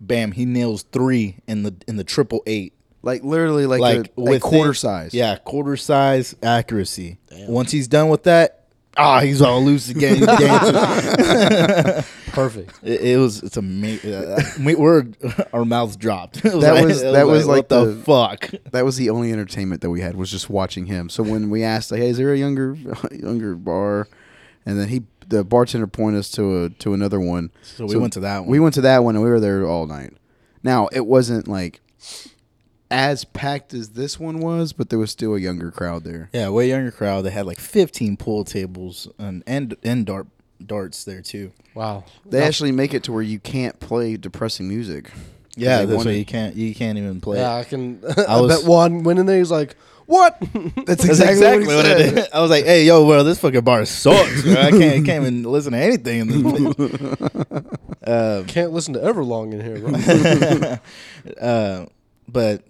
B: bam, he nails three in the in the triple eight.
A: like literally like,
B: like
A: a, like
B: within-
A: quarter size.
B: Yeah, quarter size accuracy. Once he's done with that, ah, he's all loose again. He dances.
C: Perfect.
B: it, it was it's amazing. we were our mouths dropped. It
A: That was-
B: it
A: that was like
B: what
A: the-
B: fuck.
A: That was the only entertainment that we had was just watching him. So when we asked, like, "Hey, is there a younger, younger bar?" and then he, the bartender, pointed us to a to another one.
B: So we went to that one.
A: We went to that one, and we were there all night. Now it wasn't like as packed as this one was, but there was still a younger crowd there.
B: Yeah, way younger crowd. They had like 15 pool tables and and and dart darts there too.
C: Wow.
A: They actually make it to where you can't play depressing music.
B: Yeah,
A: They
B: that's
A: wanted-
B: why you can't you can't even play.
C: Yeah, I can.
B: I
C: I,
B: was-
C: bet Juan went in there. He's like, "What?"
A: That's
B: That's
A: exactly, what, it is.
B: did. I was like, "Hey, yo, bro, this fucking bar sucks. bro. I can't, I can't even listen to anything in this place." um,
C: Can't listen to Everlong in here, bro.
B: uh, but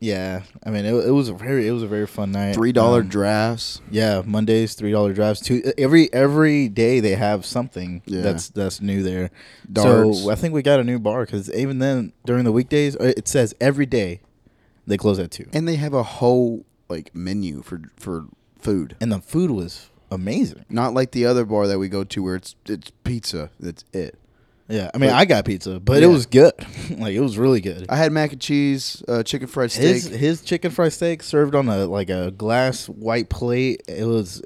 B: yeah, I mean, it, it was a very, it was a very fun night.
A: Three dollar
B: Um,
A: drafts.
B: yeah, Mondays three dollar drives. Two e, every every day they have something
A: Yeah.
B: that's that's new there.
A: Darts.
B: So I think we got a new bar because even then during the weekdays uh, it says every day they close at two,
A: and they have a whole like menu for for food.
B: and the food was amazing.
A: Not like the other bar that we go to where it's it's pizza. That's it.
B: Yeah, I mean,
A: But-
B: I got pizza, but it
A: Yeah.
B: was good. like it was really good.
A: I had mac and cheese, uh, chicken fried steak.
B: His his chicken fried steak served on a like a glass white plate. It was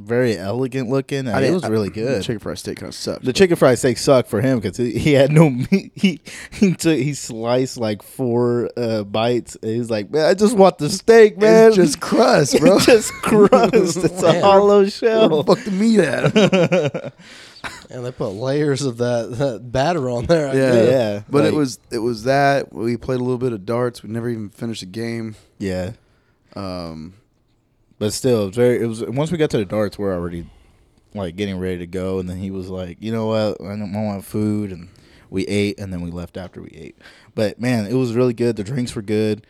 B: very elegant looking. and it
A: didn't-
B: was really
A: The
B: good.
A: chicken fried steak kind of sucked.
B: The chicken fried steak sucked for him because he, he had no meat. He he took he sliced like four uh, bites. And he was like, man, I just want the steak, man.
A: it's just crust, bro.
B: It's just crust. It's a
C: Man.
B: hollow
A: Where the
B: shell.
A: fuck the meat at?
C: and they put layers of that, that batter on there. I
A: Yeah,
C: guess.
B: yeah,
A: But
B: like-
A: it was it was that we played a little bit of darts. We never even finished a game.
B: Yeah,
A: Um,
B: but still, it was very. It was once we got to the darts, we're already like getting ready to go, and then he was like, you know what, I don't I want food, and we ate, and then we left after we ate. But man, it was really good. The drinks were good.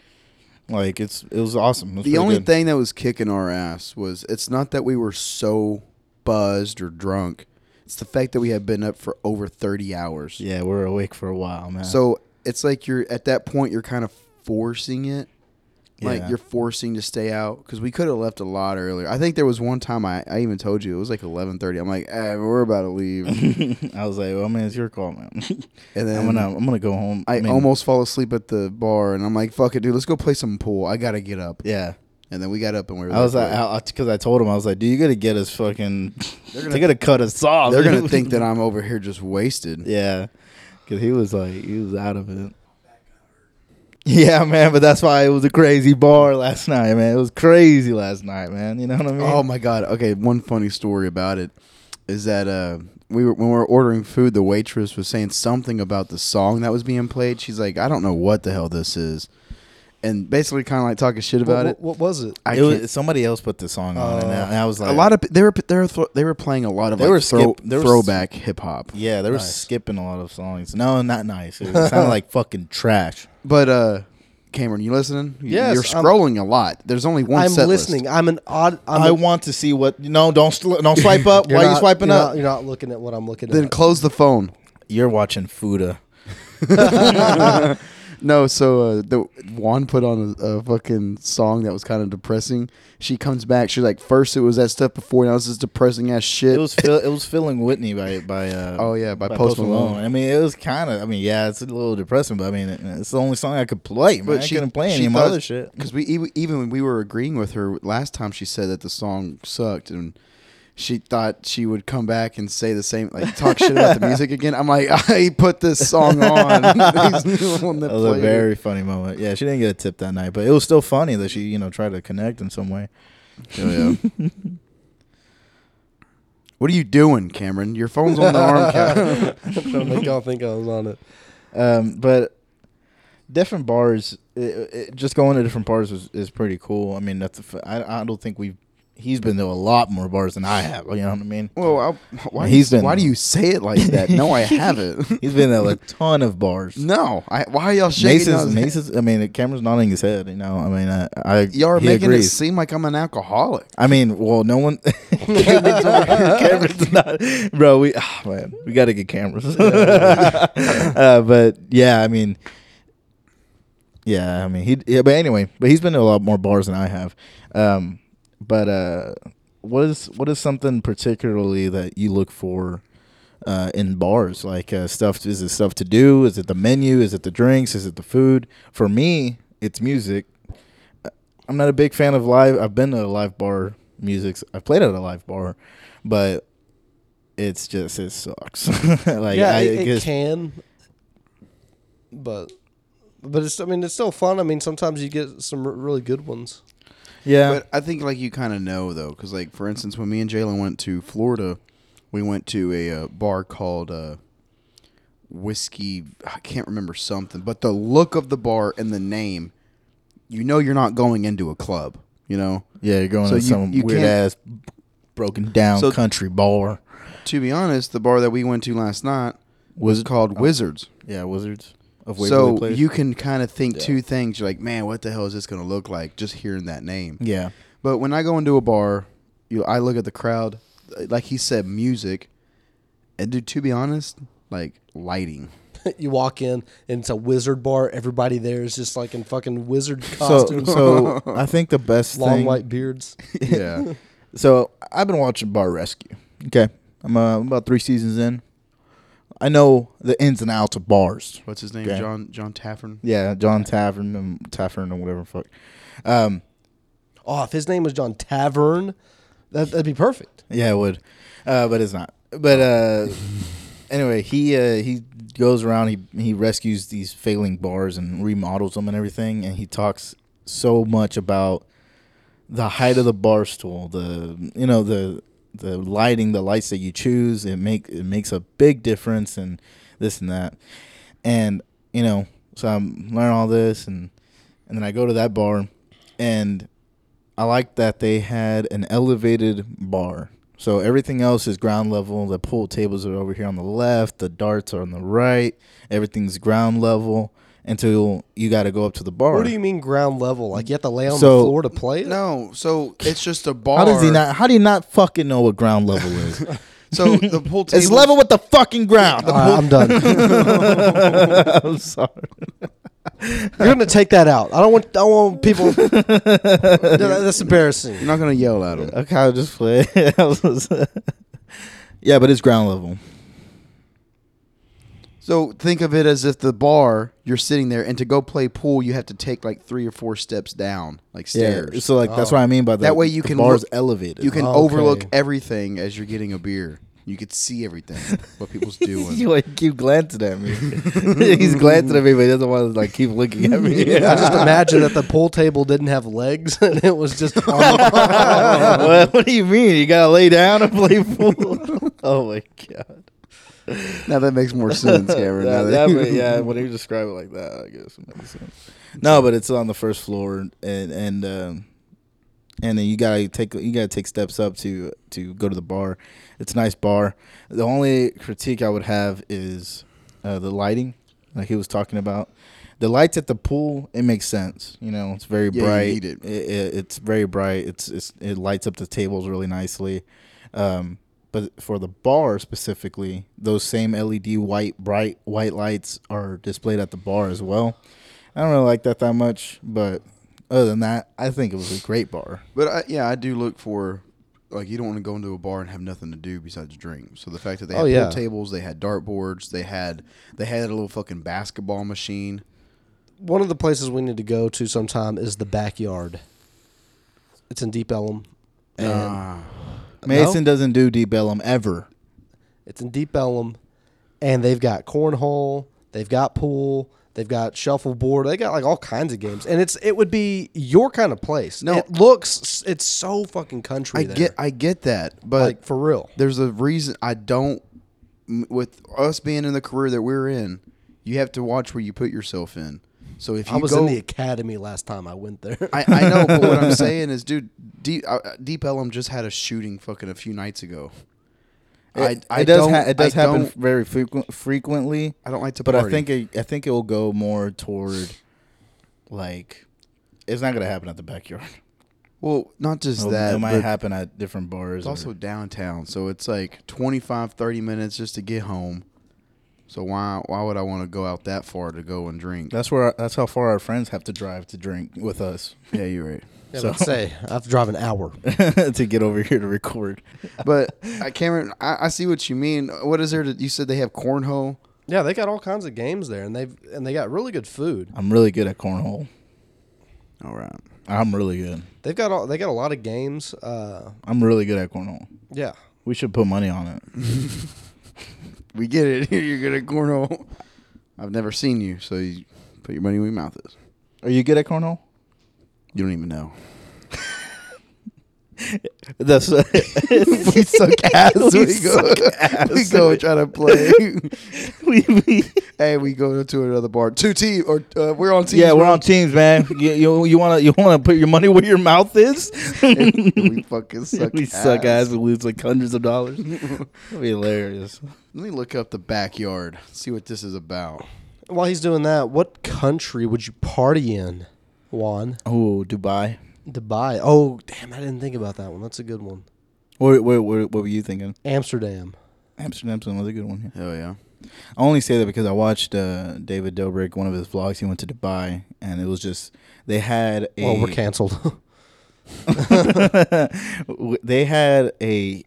B: Like it's it was awesome. It was
A: the
B: pretty
A: only
B: good.
A: thing that was kicking our ass was it's not that we were so buzzed or drunk. It's the fact that we had been up for over thirty hours.
B: Yeah, we were awake for a while, man.
A: So it's like you're at that point you're kind of forcing it. Like
B: Yeah.
A: you're forcing to stay out because we could have left a lot earlier. I think there was one time I, I even told you it was like eleven thirty. I'm like, eh, we're about to leave, and
B: I was like, "Well, man, it's your call, man.
A: then
B: I'm gonna, I'm gonna go home."
A: I
B: mean,
A: almost fall asleep at the bar, and I'm like, fuck it, dude, let's go play some pool. I gotta get up,
B: yeah.
A: and then we got up and we were.
B: I was
A: there
B: like,
A: for-
B: because I, told him, I was like, "Dude, you gotta get us fucking. They're
A: gonna-
B: gonna, cut us off.
A: they're gonna think that I'm over here just wasted.
B: Yeah, because he was like, he was out of it. Yeah, man, but that's why it was a crazy bar last night, man. It was crazy last night, man. You know what I mean?
A: Oh my god. Okay, one funny story about it is that uh we were when we were ordering food, the waitress was saying something about the song that was being played. She's like, I don't know what the hell this is. And basically kind of like talking shit
C: What,
A: about
C: what, what was it?
A: I
B: it
A: can't- Oh,
B: was, somebody else put the song on, and I, and I was like,
A: A lot of they were they were thro- they were playing a lot of
B: They
A: like
B: were
A: throw,
B: skip- they were s-
A: throwback hip hop.
B: yeah, they were skipping a lot of songs. No, not nice. It sounded like fucking trash.
A: But uh Cameron, you listening? You-
C: Yes,
A: You're
C: I'm-
A: scrolling a lot. There's only one
C: I'm
A: set list.
C: listening. I'm an odd. I'm
B: I
C: a-
B: want to see what. No, don't sl- don't swipe up.
C: you're
B: Why are you
C: not-
B: swiping
C: you're
B: up?
C: Not, you're not looking at what I'm looking
A: Then
C: at.
A: close the phone.
B: You're watching Fuda.
A: No, so uh, the Juan put on a, a fucking song that was kind of depressing. She comes back. She's like, first it was that stuff before, now it's this depressing ass shit.
B: It was Phil, it was filling Whitney by by. Uh,
A: Oh, yeah, by Post Malone.
B: I mean, it was kind of. I mean, yeah, it's a little depressing, but I mean, it- it's the only song I could play. Man. I couldn't play any of my other shit.
A: Because we ev- even when we were agreeing with her last time, she said that the song sucked and. She thought she would come back and say the same, like talk shit about the music again. I'm like, I put this song on. He's the one that
B: That was a
A: played it.
B: very funny moment. Yeah, she didn't get a tip that night, but it was still funny that she, you know, tried to connect in some way.
A: Oh, yeah. what are you doing, Cameron? Your phone's on the arm cap.
C: I'm trying to make y'all think I was on it.
B: Um, but different bars, it, it, just going to different bars is, is pretty cool. I mean, that's a f- I, I don't think we've. He's been to a lot more bars than I have. You know what I mean?
A: Well, I'll, why,
B: He's
A: do you-
B: been-
A: why do you say it like that? No, I haven't.
B: He's been to a ton of bars.
A: no, I, why are y'all shaking?
B: Mason's,
A: y'all's head?
B: Mason's, I mean, Cameron's nodding his head. You know, I mean, I, I
A: y'all are
B: he
A: making it
B: agrees.
A: seem like I'm an alcoholic.
B: I mean, well, no one. Cameron's, Cameron's not, bro. We, ah, man, we got to get cameras. uh, but yeah, I mean, yeah, I mean, he. Yeah, but anyway, but he's been to a lot more bars than I have. Um, but uh, what is what is something particularly that you look for uh, in bars? Like uh, stuff is it stuff to do? Is it the menu? Is it the drinks? Is it the food? For me, it's music. I'm not a big fan of live. I've been to a live bar music. I've played at a live bar, but it's just it sucks. like
C: yeah,
B: I,
C: it, it
B: guess-
C: can, but but it's I mean it's still fun. I mean sometimes you get some r- really good ones.
B: yeah.
A: But I think like you kind of know though, because like for instance, when me and Jalen went to Florida, we went to a uh, bar called uh, Whiskey. I can't remember something, but the look of the bar and the name, you know, you're not going into a club. You know,
B: Yeah, you're going
A: So
B: to
A: you-
B: some
A: you
B: weird
A: can't-
B: ass broken down
A: So-
B: country bar.
A: to be honest, the bar that we went to last night was called Wizards.
B: Yeah, Wizards of
A: so
B: Waverly Place.
A: you can kind of think two things. You're like, man, what the hell is this going to look like just hearing that name?
B: yeah,
A: But when I go into a bar, you I look at the crowd, uh, like he said, music, and dude, to be honest, like lighting.
C: you walk in and it's a wizard bar. Everybody there is just like in fucking wizard
B: so
C: costumes,
B: so I think the best
C: long
B: thing.
C: white beards.
A: Yeah,
B: So I've been watching Bar Rescue. Okay, I'm, uh, I'm about three seasons in. I know the ins and outs of bars.
A: what's his name?
B: Okay.
A: John John Taffern.
B: Yeah, John Tavern, um, Tavern, or whatever the fuck. Um,
C: Oh, if his name was John Tavern, that, that'd be perfect.
B: Yeah, it would, uh, but it's not. But uh, anyway, he uh, he goes around. He he rescues these failing bars and remodels them and everything. And he talks so much about the height of the bar stool, the you know the the lighting, the lights that you choose. It make it makes a big difference, and this and that. And you know, so I'm learning all this, and and then I go to that bar, and I like that they had an elevated bar. So everything else is ground level. The pool tables are over here on the left. The darts are on the right. Everything's ground level until you got to go up to the bar.
C: What do you mean ground level? Like you have to lay on
B: So-
C: the floor to play it?
A: No, so it's just a bar.
B: How does he not? How do you not fucking know what ground level is?
A: So the pool table.
B: it's level with the fucking ground.
C: All right, I'm done. You're
B: I'm sorry.
C: gonna take that out. I don't want. I don't want people. No, that- that's embarrassing.
A: You're not gonna yell at him.
B: Okay, I'll just play. yeah, but it's ground level.
A: So think of it as if the bar you're sitting there, and to go play pool, you have to take like three or four steps down, like stairs.
B: So like that's what I mean by the,
A: That way you
B: the
A: can
B: bars
A: look-
B: elevated.
A: you can
C: Okay.
A: overlook everything as you're getting a beer. You could see everything, what people's doing.
B: You like keep glancing at me. He's glancing at me, but he doesn't want to like keep looking at me.
C: I just imagine that the pool table didn't have legs and it was just. On
B: Well, what do you mean? You gotta lay down and play pool? oh my god!
A: Now that makes more sense, Cameron. now
B: That-
A: that
B: that
A: you-
B: way- yeah, when you describe it like that, I guess it makes sense. No, but it's on the first floor, and and um, and then you gotta take you gotta take steps up to to go to the bar. It's a nice bar. The only critique I would have is uh, the lighting, like he was talking about. The lights at the pool, it makes sense. You know, it's very
A: Yeah, you
B: bright.
A: need it.
B: It, it- it's very bright. It's, it's it lights up the tables really nicely. Um, but for the bar specifically, those same LED white bright white lights are displayed at the bar as well. I don't really like that that much, but other than that, I think it was a great bar.
A: But I, yeah, I do look for like you don't want to go into a bar and have nothing to do besides drink. So the fact that they
C: Oh,
A: had pool
C: yeah.
A: tables, they had dartboards, they had they had a little fucking basketball machine.
C: One of the places we need to go to sometime is the backyard. It's in Deep Ellum. And
A: Ah.
B: Mason doesn't do deep bellum ever.
C: It's in Deep Ellum, and they've got cornhole, they've got pool, they've got shuffleboard, they got like all kinds of games, and it's it would be your kind of place.
A: No.
C: it looks it's so fucking country.
A: I
C: there.
A: get I get that, but
C: like for real.
A: there's a reason I don't. m- With us being in the career that we're in, you have to watch where you put yourself in. So if you
C: I was
A: go,
C: in the academy last time I went there.
A: I, I know, but what I'm saying is, dude, Deep, uh, Deep Ellum just had a shooting fucking a few nights ago.
B: It, it does
A: don't-
B: ha- it does
A: I
B: happen
A: don't-
B: very frequent, frequently,
A: I don't like to
B: but
A: party.
B: I think it, I think it will go more toward like it's not gonna happen at the backyard.
A: well, not just
B: It'll-
A: that,
B: Oh, it might
A: but
B: happen at different bars.
A: it's
B: or-
A: also downtown, so it's like 25, 30 minutes just to get home. So why why would I want to go out that far to go and drink?
B: That's where. That's how far our friends have to drive to drink with us.
A: yeah, you're right.
C: Yeah,
B: So-
C: let's say I have to drive an hour.
B: to get over here to record.
A: But I, Cameron, I, I see what you mean. What is there? To, you said they have cornhole.
C: yeah, they got all kinds of games there, and they've and they got really good food.
B: I'm really good at cornhole.
A: All right.
B: I'm really good.
C: They've got all they got a lot of games. Uh,
B: I'm really good at cornhole.
C: yeah,
B: We should put money on it.
A: We get it. You're good at cornhole. I've never seen you, so you put your money where your mouth is.
B: Are you good at cornhole?
A: You don't even know.
B: That's
A: we suck ass.
B: We
A: We, go.
B: suck ass.
A: We go and try to play.
B: we, we
A: hey, we go to another bar. Two team or uh, we're on team.
B: yeah, we're on teams, man. You you, you want to you want to put your money where your mouth is?
A: we fucking suck.
B: we
A: ass.
B: suck ass and lose like hundreds of dollars. That'd be hilarious.
A: Let me look up the backyard. See what this is about.
C: While he's doing that, what country would you party in, Juan?
B: Oh, Dubai.
C: Dubai. Oh, damn, I didn't think about that one. That's a good one.
B: What, what, what, what were you thinking?
C: Amsterdam.
B: Amsterdam's another good one. Here.
A: Hell yeah.
B: I only say that because I watched uh, David Dobrik one of his vlogs. He went to Dubai, and it was just they had a
C: Well, we're canceled.
B: w- they had a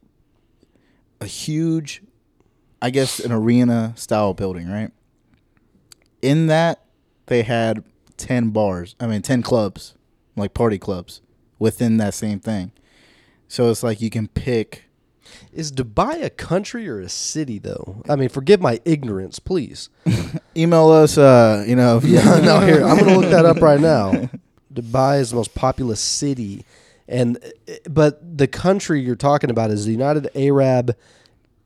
B: a huge I guess an arena style building, right? In that they had 10 bars, I mean 10 clubs, like party clubs within that same thing. So it's like you can pick
C: Is Dubai a country or a city, though? I mean, forgive my ignorance, please.
B: email us uh you know if you-
C: Yeah, no, here, I'm going to look that up right now. Dubai is the most populous city. And eh, but the country you're talking about is the United Arab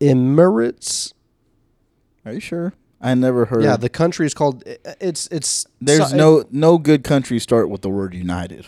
C: Emirates.
B: Are you sure? I never heard
C: Yeah, the country is called eh, it's it's eh,
B: There's
C: so-
B: no no good country start with the word united.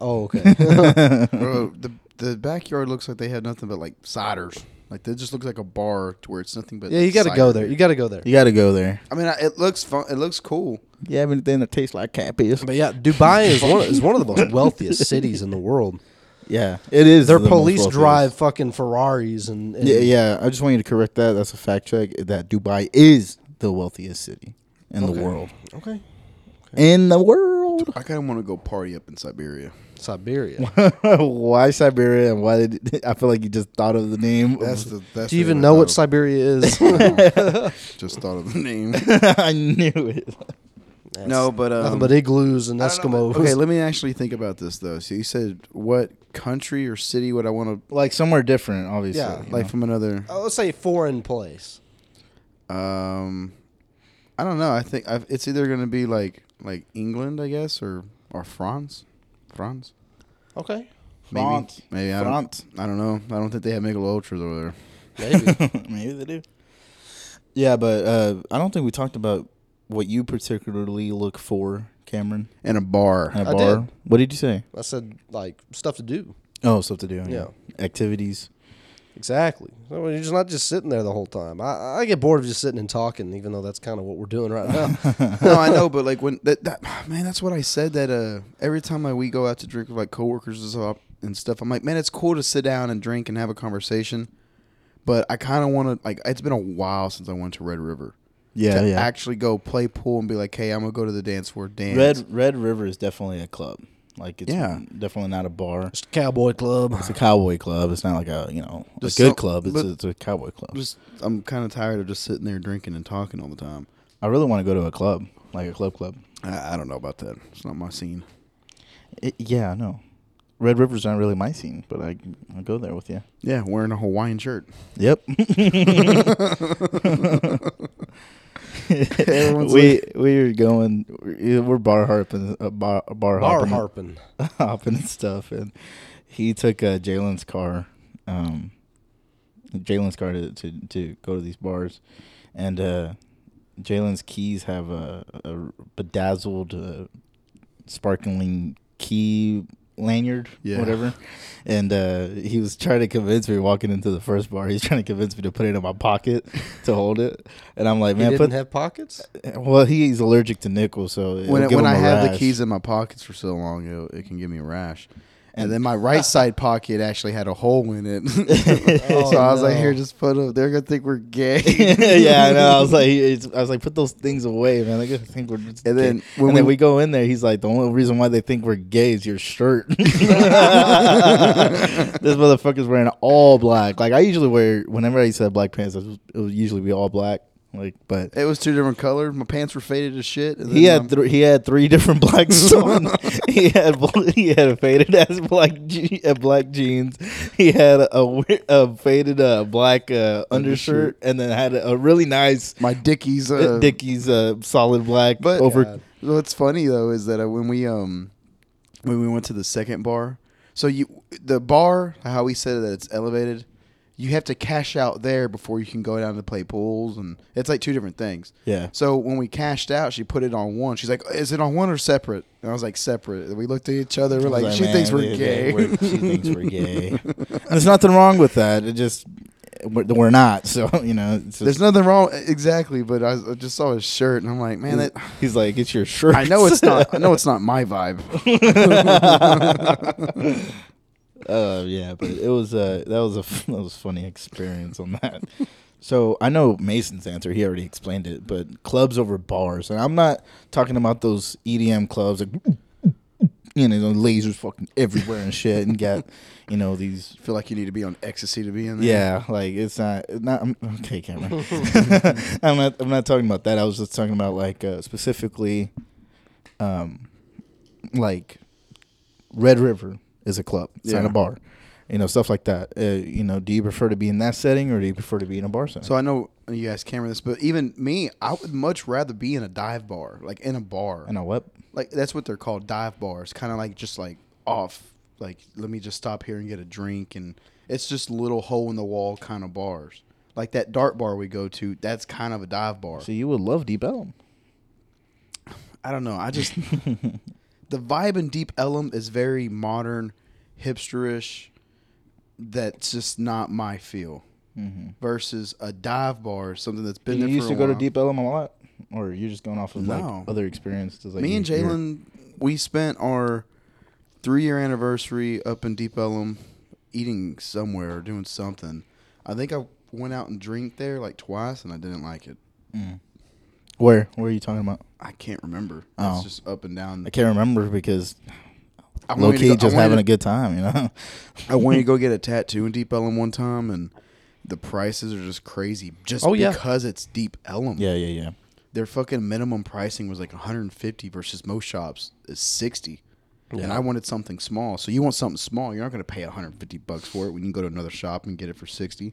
C: Oh, okay.
A: Bro, the the backyard looks like they have nothing but like ciders. Like it just looks like a bar to where it's nothing but.
C: Yeah, you got to
A: cider.
C: go there. You got to go there.
B: You got to go there.
A: I mean, I- it looks fun. It looks cool.
B: You have anything that tastes like cat piss?
C: But yeah, Dubai is one is one of the most wealthiest cities in the world.
B: Yeah, it is.
C: Their
B: the most
C: police
B: wealthiest.
C: drive fucking Ferraris and, and
B: Yeah, yeah. I just want you to correct that. That's a fact check. That Dubai is the wealthiest city in the world.
C: Okay,
B: In the world.
A: I kind of want to go party up in Siberia.
C: Siberia.
B: why Siberia and why did I feel like you just thought of the name?
A: That's the. That's
C: Do you
A: the
C: even
A: name I
C: know what
A: thought
C: Siberia is?
A: of. Just thought of the name.
B: I knew it.
A: no, but um,
C: Nothing but igloos and
A: I don't know,
C: Eskimos.
A: but- Okay, let me actually think about this though. So you said what country or city would I want to
B: Like somewhere different, obviously.
C: Yeah,
B: you
A: like
B: know.
A: from another?
C: Uh, let's say foreign place.
A: Um, I don't know. I think I've, it's either going to be like like England, I guess, or or France, France.
C: Okay,
A: Maybe.
B: France.
A: Maybe I
B: France.
A: don't. I don't know. I don't think they have Michelob Ultras over there.
C: maybe.
B: Maybe they do. Yeah, but uh, I don't think we talked about what you particularly look for, Cameron,
A: And a bar.
B: at a
C: I
B: bar.
C: did.
B: What did you say?
C: I said like stuff to do.
B: Oh, stuff to do.
C: Yeah.
B: Activities.
C: Exactly. So you're just not just sitting there the whole time. I, I get bored of just sitting and talking, even though that's kind of what we're doing right now.
A: no, I know, but like when that, that ah, man, that's what I said. That uh, every time like we go out to drink with like coworkers and stuff, and stuff, I'm like, man, it's cool to sit down and drink and have a conversation. But I kind of want to like. It's been a while since I went to Red River.
B: Yeah,
A: to
B: yeah.
A: Actually, go play pool and be like, hey, I'm gonna go to the dance floor, dance.
B: Red Red River is definitely a club. Like it's
A: Yeah.
B: definitely not a bar.
C: Just cowboy club.
B: It's a cowboy club. It's not like a you know a good
A: Just some-
B: club. It's
A: but-
B: a, it's a cowboy club.
A: Just, I'm kind of tired of just sitting there drinking and talking all the time.
B: I really want to go to a club, like a club club.
A: I, I don't know about that. It's not my scene.
B: It, yeah, I know. Red River's not really my scene, but I I'll go there with you.
A: Yeah, wearing a Hawaiian shirt.
B: Yep.
A: Everyone's
B: we we are going. We're we're bar harping, uh, bar bar,
C: Bar
B: hopping-
C: harping.
B: up and stuff. And he took uh, Jalen's car, um, Jalen's car to, to, to go to these bars. And uh, Jalen's keys have a, a bedazzled, uh, sparkling key lanyard,
A: Yeah.
B: whatever. And uh, he was trying to convince me walking into the first bar. He's trying to convince me to put it in my pocket to hold it. And I'm like,
C: He
B: man,
C: didn't
B: put.
C: have pockets.
B: well, he's allergic to nickel, so it'll
A: when it-
B: give
A: when
B: him
A: I
B: a
A: have the
B: rash.
A: keys in my pockets for so long, it, it can give me a rash. And then my right side pocket actually had a hole in it.
B: Oh,
A: so I was like,
C: no.
A: here, just put them. They're going to think we're gay.
B: yeah, I know. I was like, it's, I was like, put those things away, man. Like, I think we're just
A: And then
B: gay.
A: when
B: and then
A: we-
B: we go in there, he's like, the only reason why they think we're gay is your shirt. this motherfucker's wearing all black. Like I usually wear whenever I used to have black pants, it was- it would usually be all black. Like, but
A: it was two different colors. My pants were faded as shit. and
B: He
A: then um,
B: had th- he had three different blacks on. he had bl- he had a faded ass black je- uh, black jeans. He had a, we- a faded uh, black uh, undershirt, and then had a, a really nice
A: my, my Dickies. Uh,
B: Dickies uh, solid black
A: But
B: over.
A: God. what's funny though is that uh, when we um when we went to the second bar, so you the bar how we said that it's elevated, you have to cash out there before you can go down to play pools, and it's like two different things.
B: Yeah.
A: So when we cashed out, she put it on one. She's like, "Is it on one or separate?" And I was like, "Separate." And we looked at each other. We're like, "She
B: man,
A: thinks we're
B: they-
A: gay."
B: they- we're- she thinks we're gay. And There's nothing wrong with that. It just we're, we're not. So you know, it's just,
A: There's nothing wrong e, exactly, but I, I just saw his shirt and I'm like, "Man, that."
B: he's like, it's your shirt.
A: I know it's not. I know it's not my vibe.
B: Uh, yeah, but it was uh, that was a that was a funny experience on that. so I know Mason's answer; he already explained it. But clubs over bars, and I'm not talking about those EDM clubs, like you know, lasers fucking everywhere and shit, and got you know these.
A: feel like you need to be on ecstasy to be in there.
B: Yeah, like it's not not I'm, okay, Cameron. I'm not I'm not talking about that. I was just talking about like uh, specifically, um, like Red River is a club. It's not
A: Yeah.
B: a bar. You know, stuff like that. Uh, you know, do you prefer to be in that setting or do you prefer to be in a bar setting?
A: So I know you asked Cameron this, but even me, I would much rather be in a dive bar, like in a bar.
B: I know what.
A: Like that's what they're called, dive bars. Kind of like just like off, like let me just stop here and get a drink, and it's just little hole in the wall kind of bars. Like that dart bar we go to, that's kind of a dive bar.
B: So you would love Deep Elm.
A: I don't know. I just the vibe in Deep Ellum is very modern, hipsterish. That's just not my feel. Versus a dive bar, something that's been
B: Mm-hmm. You
A: there
B: used
A: for
B: to
A: a
B: go to
A: while.
B: Deep Elm a lot, or you're just going off of
A: No.
B: like other experiences. Like
A: Me
B: you
A: and
B: hear-
A: Jalen, we spent our three year anniversary up in Deep Ellum eating somewhere or doing something. I think I went out and drank there like twice and I didn't like it.
B: Where? Where are you talking about?
A: I can't remember.
B: Oh.
A: It's just up and down.
B: I can't remember because
A: I
B: low
A: wanted to
B: key
A: go-
B: just
A: I wanted
B: having
A: to-
B: a good time, you know.
A: I wanted to go get a tattoo in Deep Ellum one time and the prices are just crazy just
C: Oh, yeah.
A: because it's Deep Ellum.
B: yeah, yeah, yeah.
A: Their fucking minimum pricing was like 150 versus most shops is 60. And
C: Yeah.
A: I wanted something small. So you want something small, you're not going to pay 150 bucks for it when you can go to another shop and get it for 60.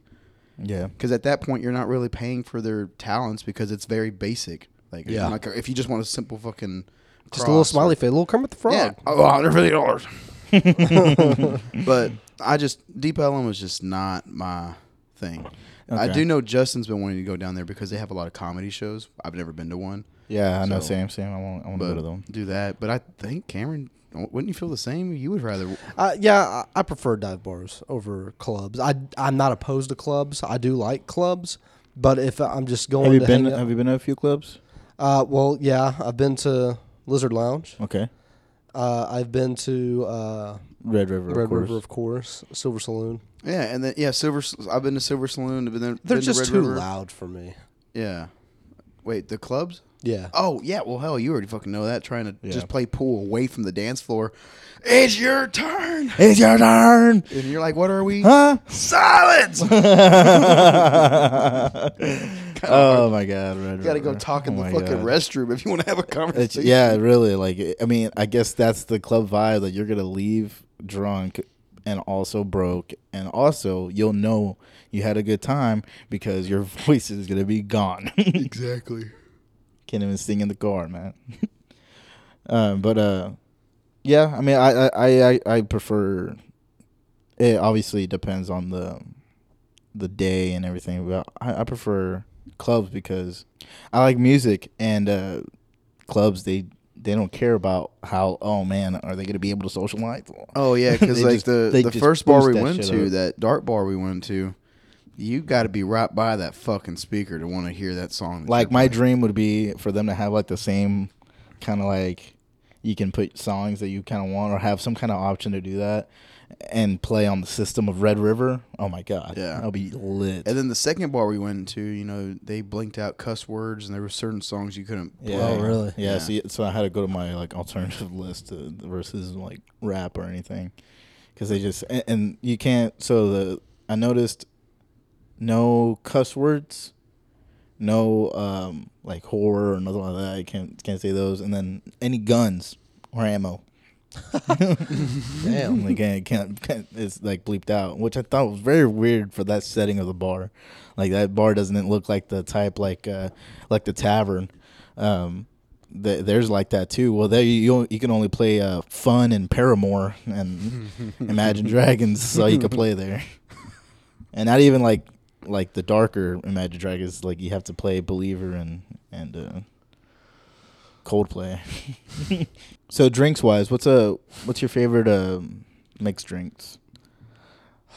B: Yeah.
A: Cuz at that point you're not really paying for their talents because it's very basic. Like,
C: Yeah.
A: like if you just want a simple fucking
C: Just a little
A: cross or-
C: smiley face, a little Kermit the Frog.
A: yeah. Oh, $150. but I just, Deep Ellum was just not my thing. I
B: Okay.
A: do know Justin's been wanting to go down there because they have a lot of comedy shows. I've never been to one.
B: Yeah, I know
A: So-
B: Sam. Sam, I want, I want to go
A: But
B: to them.
A: do that. But I think, Cameron, wouldn't you feel the same? You would rather.
C: Uh, yeah, I, I prefer dive bars over clubs. I I'm not opposed to clubs. I do like clubs, but if I'm just going
B: Have you
C: to
B: been?
C: hang out-
B: Have you been to a few clubs?
C: uh, well, yeah, I've been to Lizard Lounge.
B: Okay,
C: Uh, I've been to uh,
B: Red River.
C: Red
B: of course.
C: River, of course, Silver Saloon.
A: Yeah. And then, yeah, Silver. S- I've been to Silver Saloon. I've Been there,
C: They're
A: been to
C: just
A: Red
C: too
A: River.
C: loud for me. Yeah.
A: Yeah. Wait, the clubs?
C: Yeah.
A: Oh, yeah. Well, hell, you already fucking know that. Trying to
B: Yeah.
A: just play pool away from the dance floor. It's your turn.
B: It's your turn,
A: And you're like, what are we?
B: huh?
A: Silence!
B: oh my God, Red
A: You gotta go talk in the fucking restroom if you want to have a
B: Oh It's,
A: conversation.
B: yeah, really. Like, I mean, I guess that's the club vibe that you're gonna leave drunk and also broke, and also you'll know you had a good time because your voice is gonna be gone.
A: exactly.
B: Can't even sing in the car, man. um, but uh, yeah, I mean, I I I, I prefer. It obviously depends on the the day and everything, but I, I prefer clubs because I like music and uh, clubs. They they don't care about how oh man are they gonna be able to socialize?
A: Oh yeah, because
B: They
A: like
B: just-
A: the
B: they
A: the
B: just
A: first bar
B: boost
A: we
B: that
A: went
B: shit
A: to,
B: up.
A: that dark bar we went to, you got to be right by that fucking speaker to want to hear that song. that
B: Like
A: you're
B: my
A: playing.
B: dream would be for them to have like the same kind of like you can put songs that you kind of want or have some kind of option to do that and play on the system of Red River. Oh my god.
A: Yeah.
B: That'll be lit.
A: And then the second bar we went to, you know, they blinked out cuss words, and there were certain songs you couldn't play.
B: Yeah.
C: Oh, really?
B: Yeah,
A: Yeah.
B: So, y- so I had to go to my like alternative list to, versus like rap or anything, because they just and, and you can't. So the I noticed no cuss words, no um like horror or nothing like that. I can't can't say those. And then any guns or ammo. Damn, like I can't, can't. It's like bleeped out, which I thought was very weird for that setting of the bar. Like that bar doesn't look like the type like uh like the tavern. Um, th- there's like that too. Well, there you you, on- you can only play uh fun and Paramore and Imagine Dragons, so you can play there. And not even like like the darker Imagine Dragons. Like you have to play Believer and and uh, Coldplay. So drinks wise, what's a what's your favorite um mixed drinks?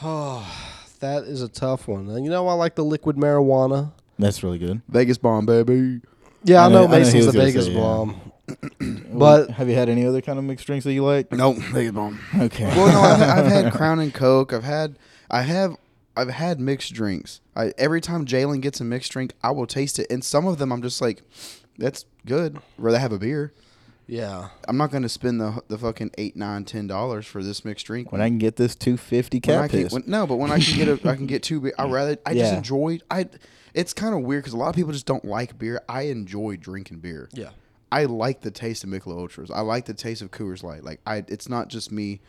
C: Oh, that is a tough one. And you know, I like the liquid marijuana.
B: That's really good.
A: Vegas bomb, baby.
C: Yeah,
B: I
C: I,
B: know- I
C: know,
B: know he was
C: Mason's the
B: gonna
C: biggest
B: say, yeah.
C: bomb. But-
B: have you had any other kind of mixed drinks that you like?
A: No, Vegas bomb.
B: Okay.
A: Well, no, I've, I've had Crown and Coke. I've had, I have, I've had mixed drinks. I, every time Jalen gets a mixed drink, I will taste it, and some of them I'm just like, that's good. Rather have a beer.
C: Yeah.
A: I'm not going to spend the the fucking eight, nine, ten dollars for this mixed drink.
B: when I can get this two fifty
A: When
B: cat
A: I can-
B: piss.
A: when- no, but when I can get a, I can get two. Beer, I rather. I just
B: Yeah.
A: enjoy. I. It's kind of weird because a lot of people just don't like beer. I enjoy drinking beer.
C: Yeah.
A: I like the taste of Michelob Ultras. I like the taste of Coors Light. Like I, it's not just me.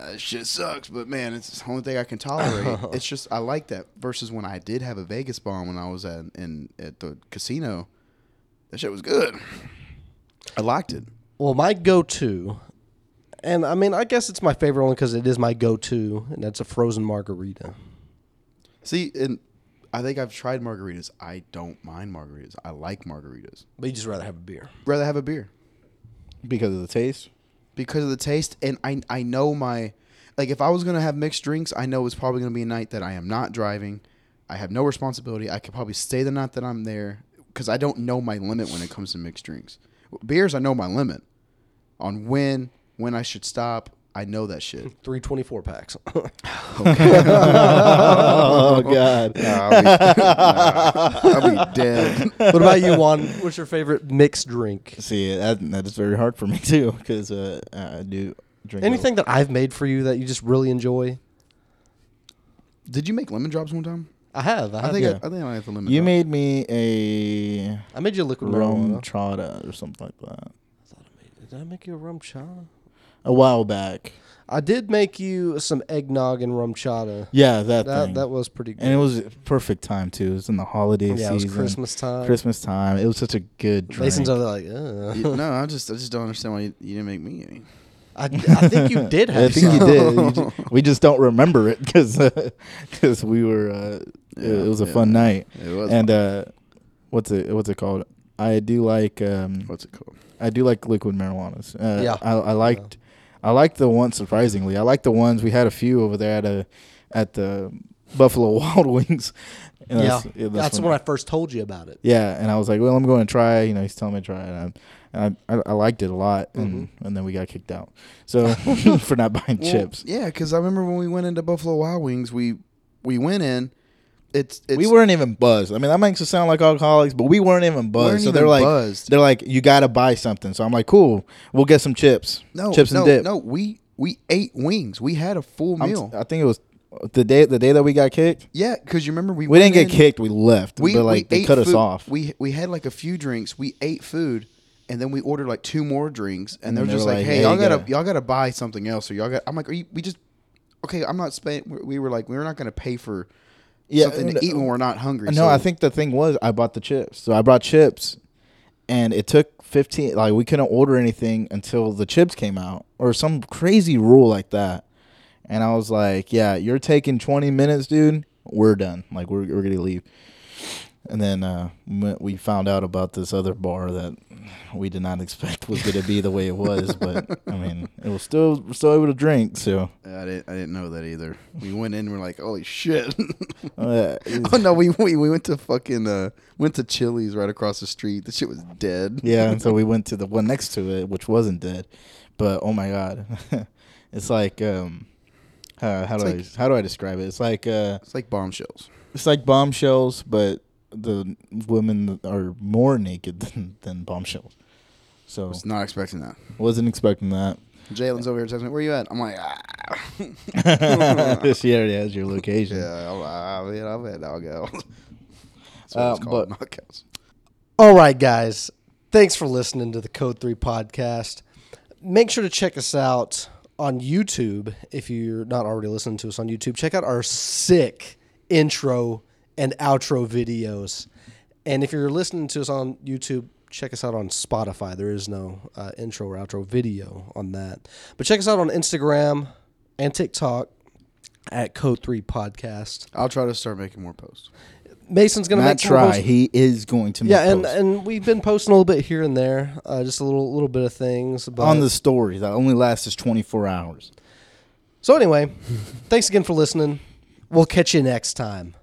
A: Uh, shit sucks, but man, it's the only thing I can tolerate. it's just I like that. Versus when I did have a Vegas bomb when I was at in at the casino, that shit was good. I liked it.
C: Well, my go-to, and I mean, I guess it's my favorite only because it is my go-to, and that's a frozen margarita.
A: See, and I think I've tried margaritas. I don't mind margaritas. I like margaritas.
C: But you just rather have a beer.
A: Rather have a beer.
B: because of the taste.
A: because of the taste and I I know my like if I was going to have mixed drinks, I know it's probably going to be a night that I am not driving. I have no responsibility. I could probably stay the night that I'm there cuz I don't know my limit when it comes to mixed drinks. Beers I know my limit on when when I should stop. I know that shit.
C: Three twenty-four packs.
B: Oh god.
A: Nah, I'll, be, nah, I'll be dead.
C: what about you, Juan? What's your favorite mixed drink?
B: See, that that is very hard for me too because uh, I do drink a-
C: Anything that I've made for you that you just really enjoy?
A: Did you make lemon drops one time?
C: I have. I,
A: I
C: have.
A: think I,
B: Uh, Yeah.
A: I think I have the lemon.
B: You
A: drop.
B: made me a
C: I made you a liquid
B: rum
C: marijuana.
B: chata or something like that
C: Did I make you a rum chata?
B: a while back.
C: I did make you some eggnog and rum chata.
B: Yeah, that
C: That
B: thing.
C: that was pretty good.
B: and it was perfect time too. It was in the holiday
C: yeah, it
B: season.
C: was Christmas time.
B: Christmas time. It was such a good drink.
C: Mason's over there like,
A: You-
C: Ugh.
A: no, I just I just don't understand why you, you didn't make me any.
C: I, I think you did
B: I
C: have.
B: think you
C: some.
B: did. You ju- we just don't remember it because we were. Uh, it-
A: Yeah,
B: it was a
A: yeah.
B: fun night.
A: It was
B: And uh, what's it? What's it called? I do like. Um,
A: what's it called?
B: I do like liquid marijuanas. Uh,
C: Yeah.
B: I, I liked. I liked the ones surprisingly. I liked the ones we had a few over there at a, at the Buffalo Wild Wings. And
C: Yeah,
B: that's-
C: that's,
B: when-
C: when I first told you about it.
B: Yeah, and I was like, well, I'm going to try. You know, he's telling me to try it. And I, I, I liked it a lot, and, and then we got kicked out. So for not buying
A: Well,
B: chips,
A: Yeah, because I remember when we went into Buffalo Wild Wings, we we went in. It's, it's
B: we weren't even buzzed. I mean, that makes us sound like alcoholics, but we weren't even buzzed.
A: Weren't
B: so they're
A: even
B: like,
A: buzzed.
B: they're like, you got to buy something. So I'm like, cool, we'll get some chips,
A: no
B: chips
A: no,
B: and dip.
A: No, we we ate wings. We had a full
B: I'm t-
A: meal. Yeah, 'cause
B: I think it was the day the day that we got kicked.
A: yeah, because you remember we
B: We
A: went
B: didn't get
A: in,
B: kicked. We left.
A: We
B: but like
A: we
B: they
A: ate
B: cut us
A: food-
B: off.
A: We we had like a few drinks. We ate food. And then we ordered like two more drinks, and, they're
B: then they
A: just
B: were
A: like,
B: like,
A: "Hey,
B: hey,
A: y'all
B: you
A: gotta,
B: gotta-
A: y'all gotta buy something else." Or y'all got, I'm like, Are you, "We just okay." I'm not spending. We we were like, we "We're not gonna pay for
B: Yeah,
A: something to
B: no-
A: eat when we're not hungry."
B: No, I
A: so-
B: think the thing was I bought the chips. So I brought chips and it took 15 like we couldn't order anything until the chips came out or some crazy rule like that. And I was like, "Yeah, you're taking 20 minutes, dude. We're done. Like we're we're going to leave." And then uh, we- we found out about this other bar that we did not expect was going to be the way it was, but I mean, it was still we're still able to drink. So
A: I didn't. I didn't know that either. We went in. We're like, holy shit.
B: uh,
A: oh no, we, we we went to fucking uh went to Chili's right across the street. The shit was dead.
B: yeah, and so we went to the one next to it, which wasn't dead. But oh my god, it's like um, uh, how do
A: It's
B: I how do I describe it? It's like uh,
A: It's like bombshells.
B: it's like bombshells, but the women are more naked than, than bombshells. So
A: Was not expecting that.
B: wasn't expecting that.
A: Jalen's over here texting me, "Where you at?" I'm like, ah.
B: she already has your location.
A: "Yeah, I'm, I mean, I'm at doghouse." That's what
B: Uh,
A: it's called,
B: but-
A: knockouts.
C: All right, guys. Thanks for listening to the Code 3 podcast. Make sure to check us out on YouTube if you're not already listening to us on YouTube. Check out our sick intro and outro videos. And if you're listening to us on YouTube, check us out on Spotify. There is no uh, intro or outro video on that. But check us out on Instagram and TikTok at Code 3 Podcast.
A: I'll try to start making more posts.
C: Mason's going to
B: Not
C: make more
B: try.
C: posts.
B: He is going to make
C: Yeah, and,
B: posts.
C: and we've been posting a little bit here and there, uh, just a little little bit of things. But
B: on the story that only lasts is 24 hours.
C: so anyway, thanks again for listening. We'll catch you next time.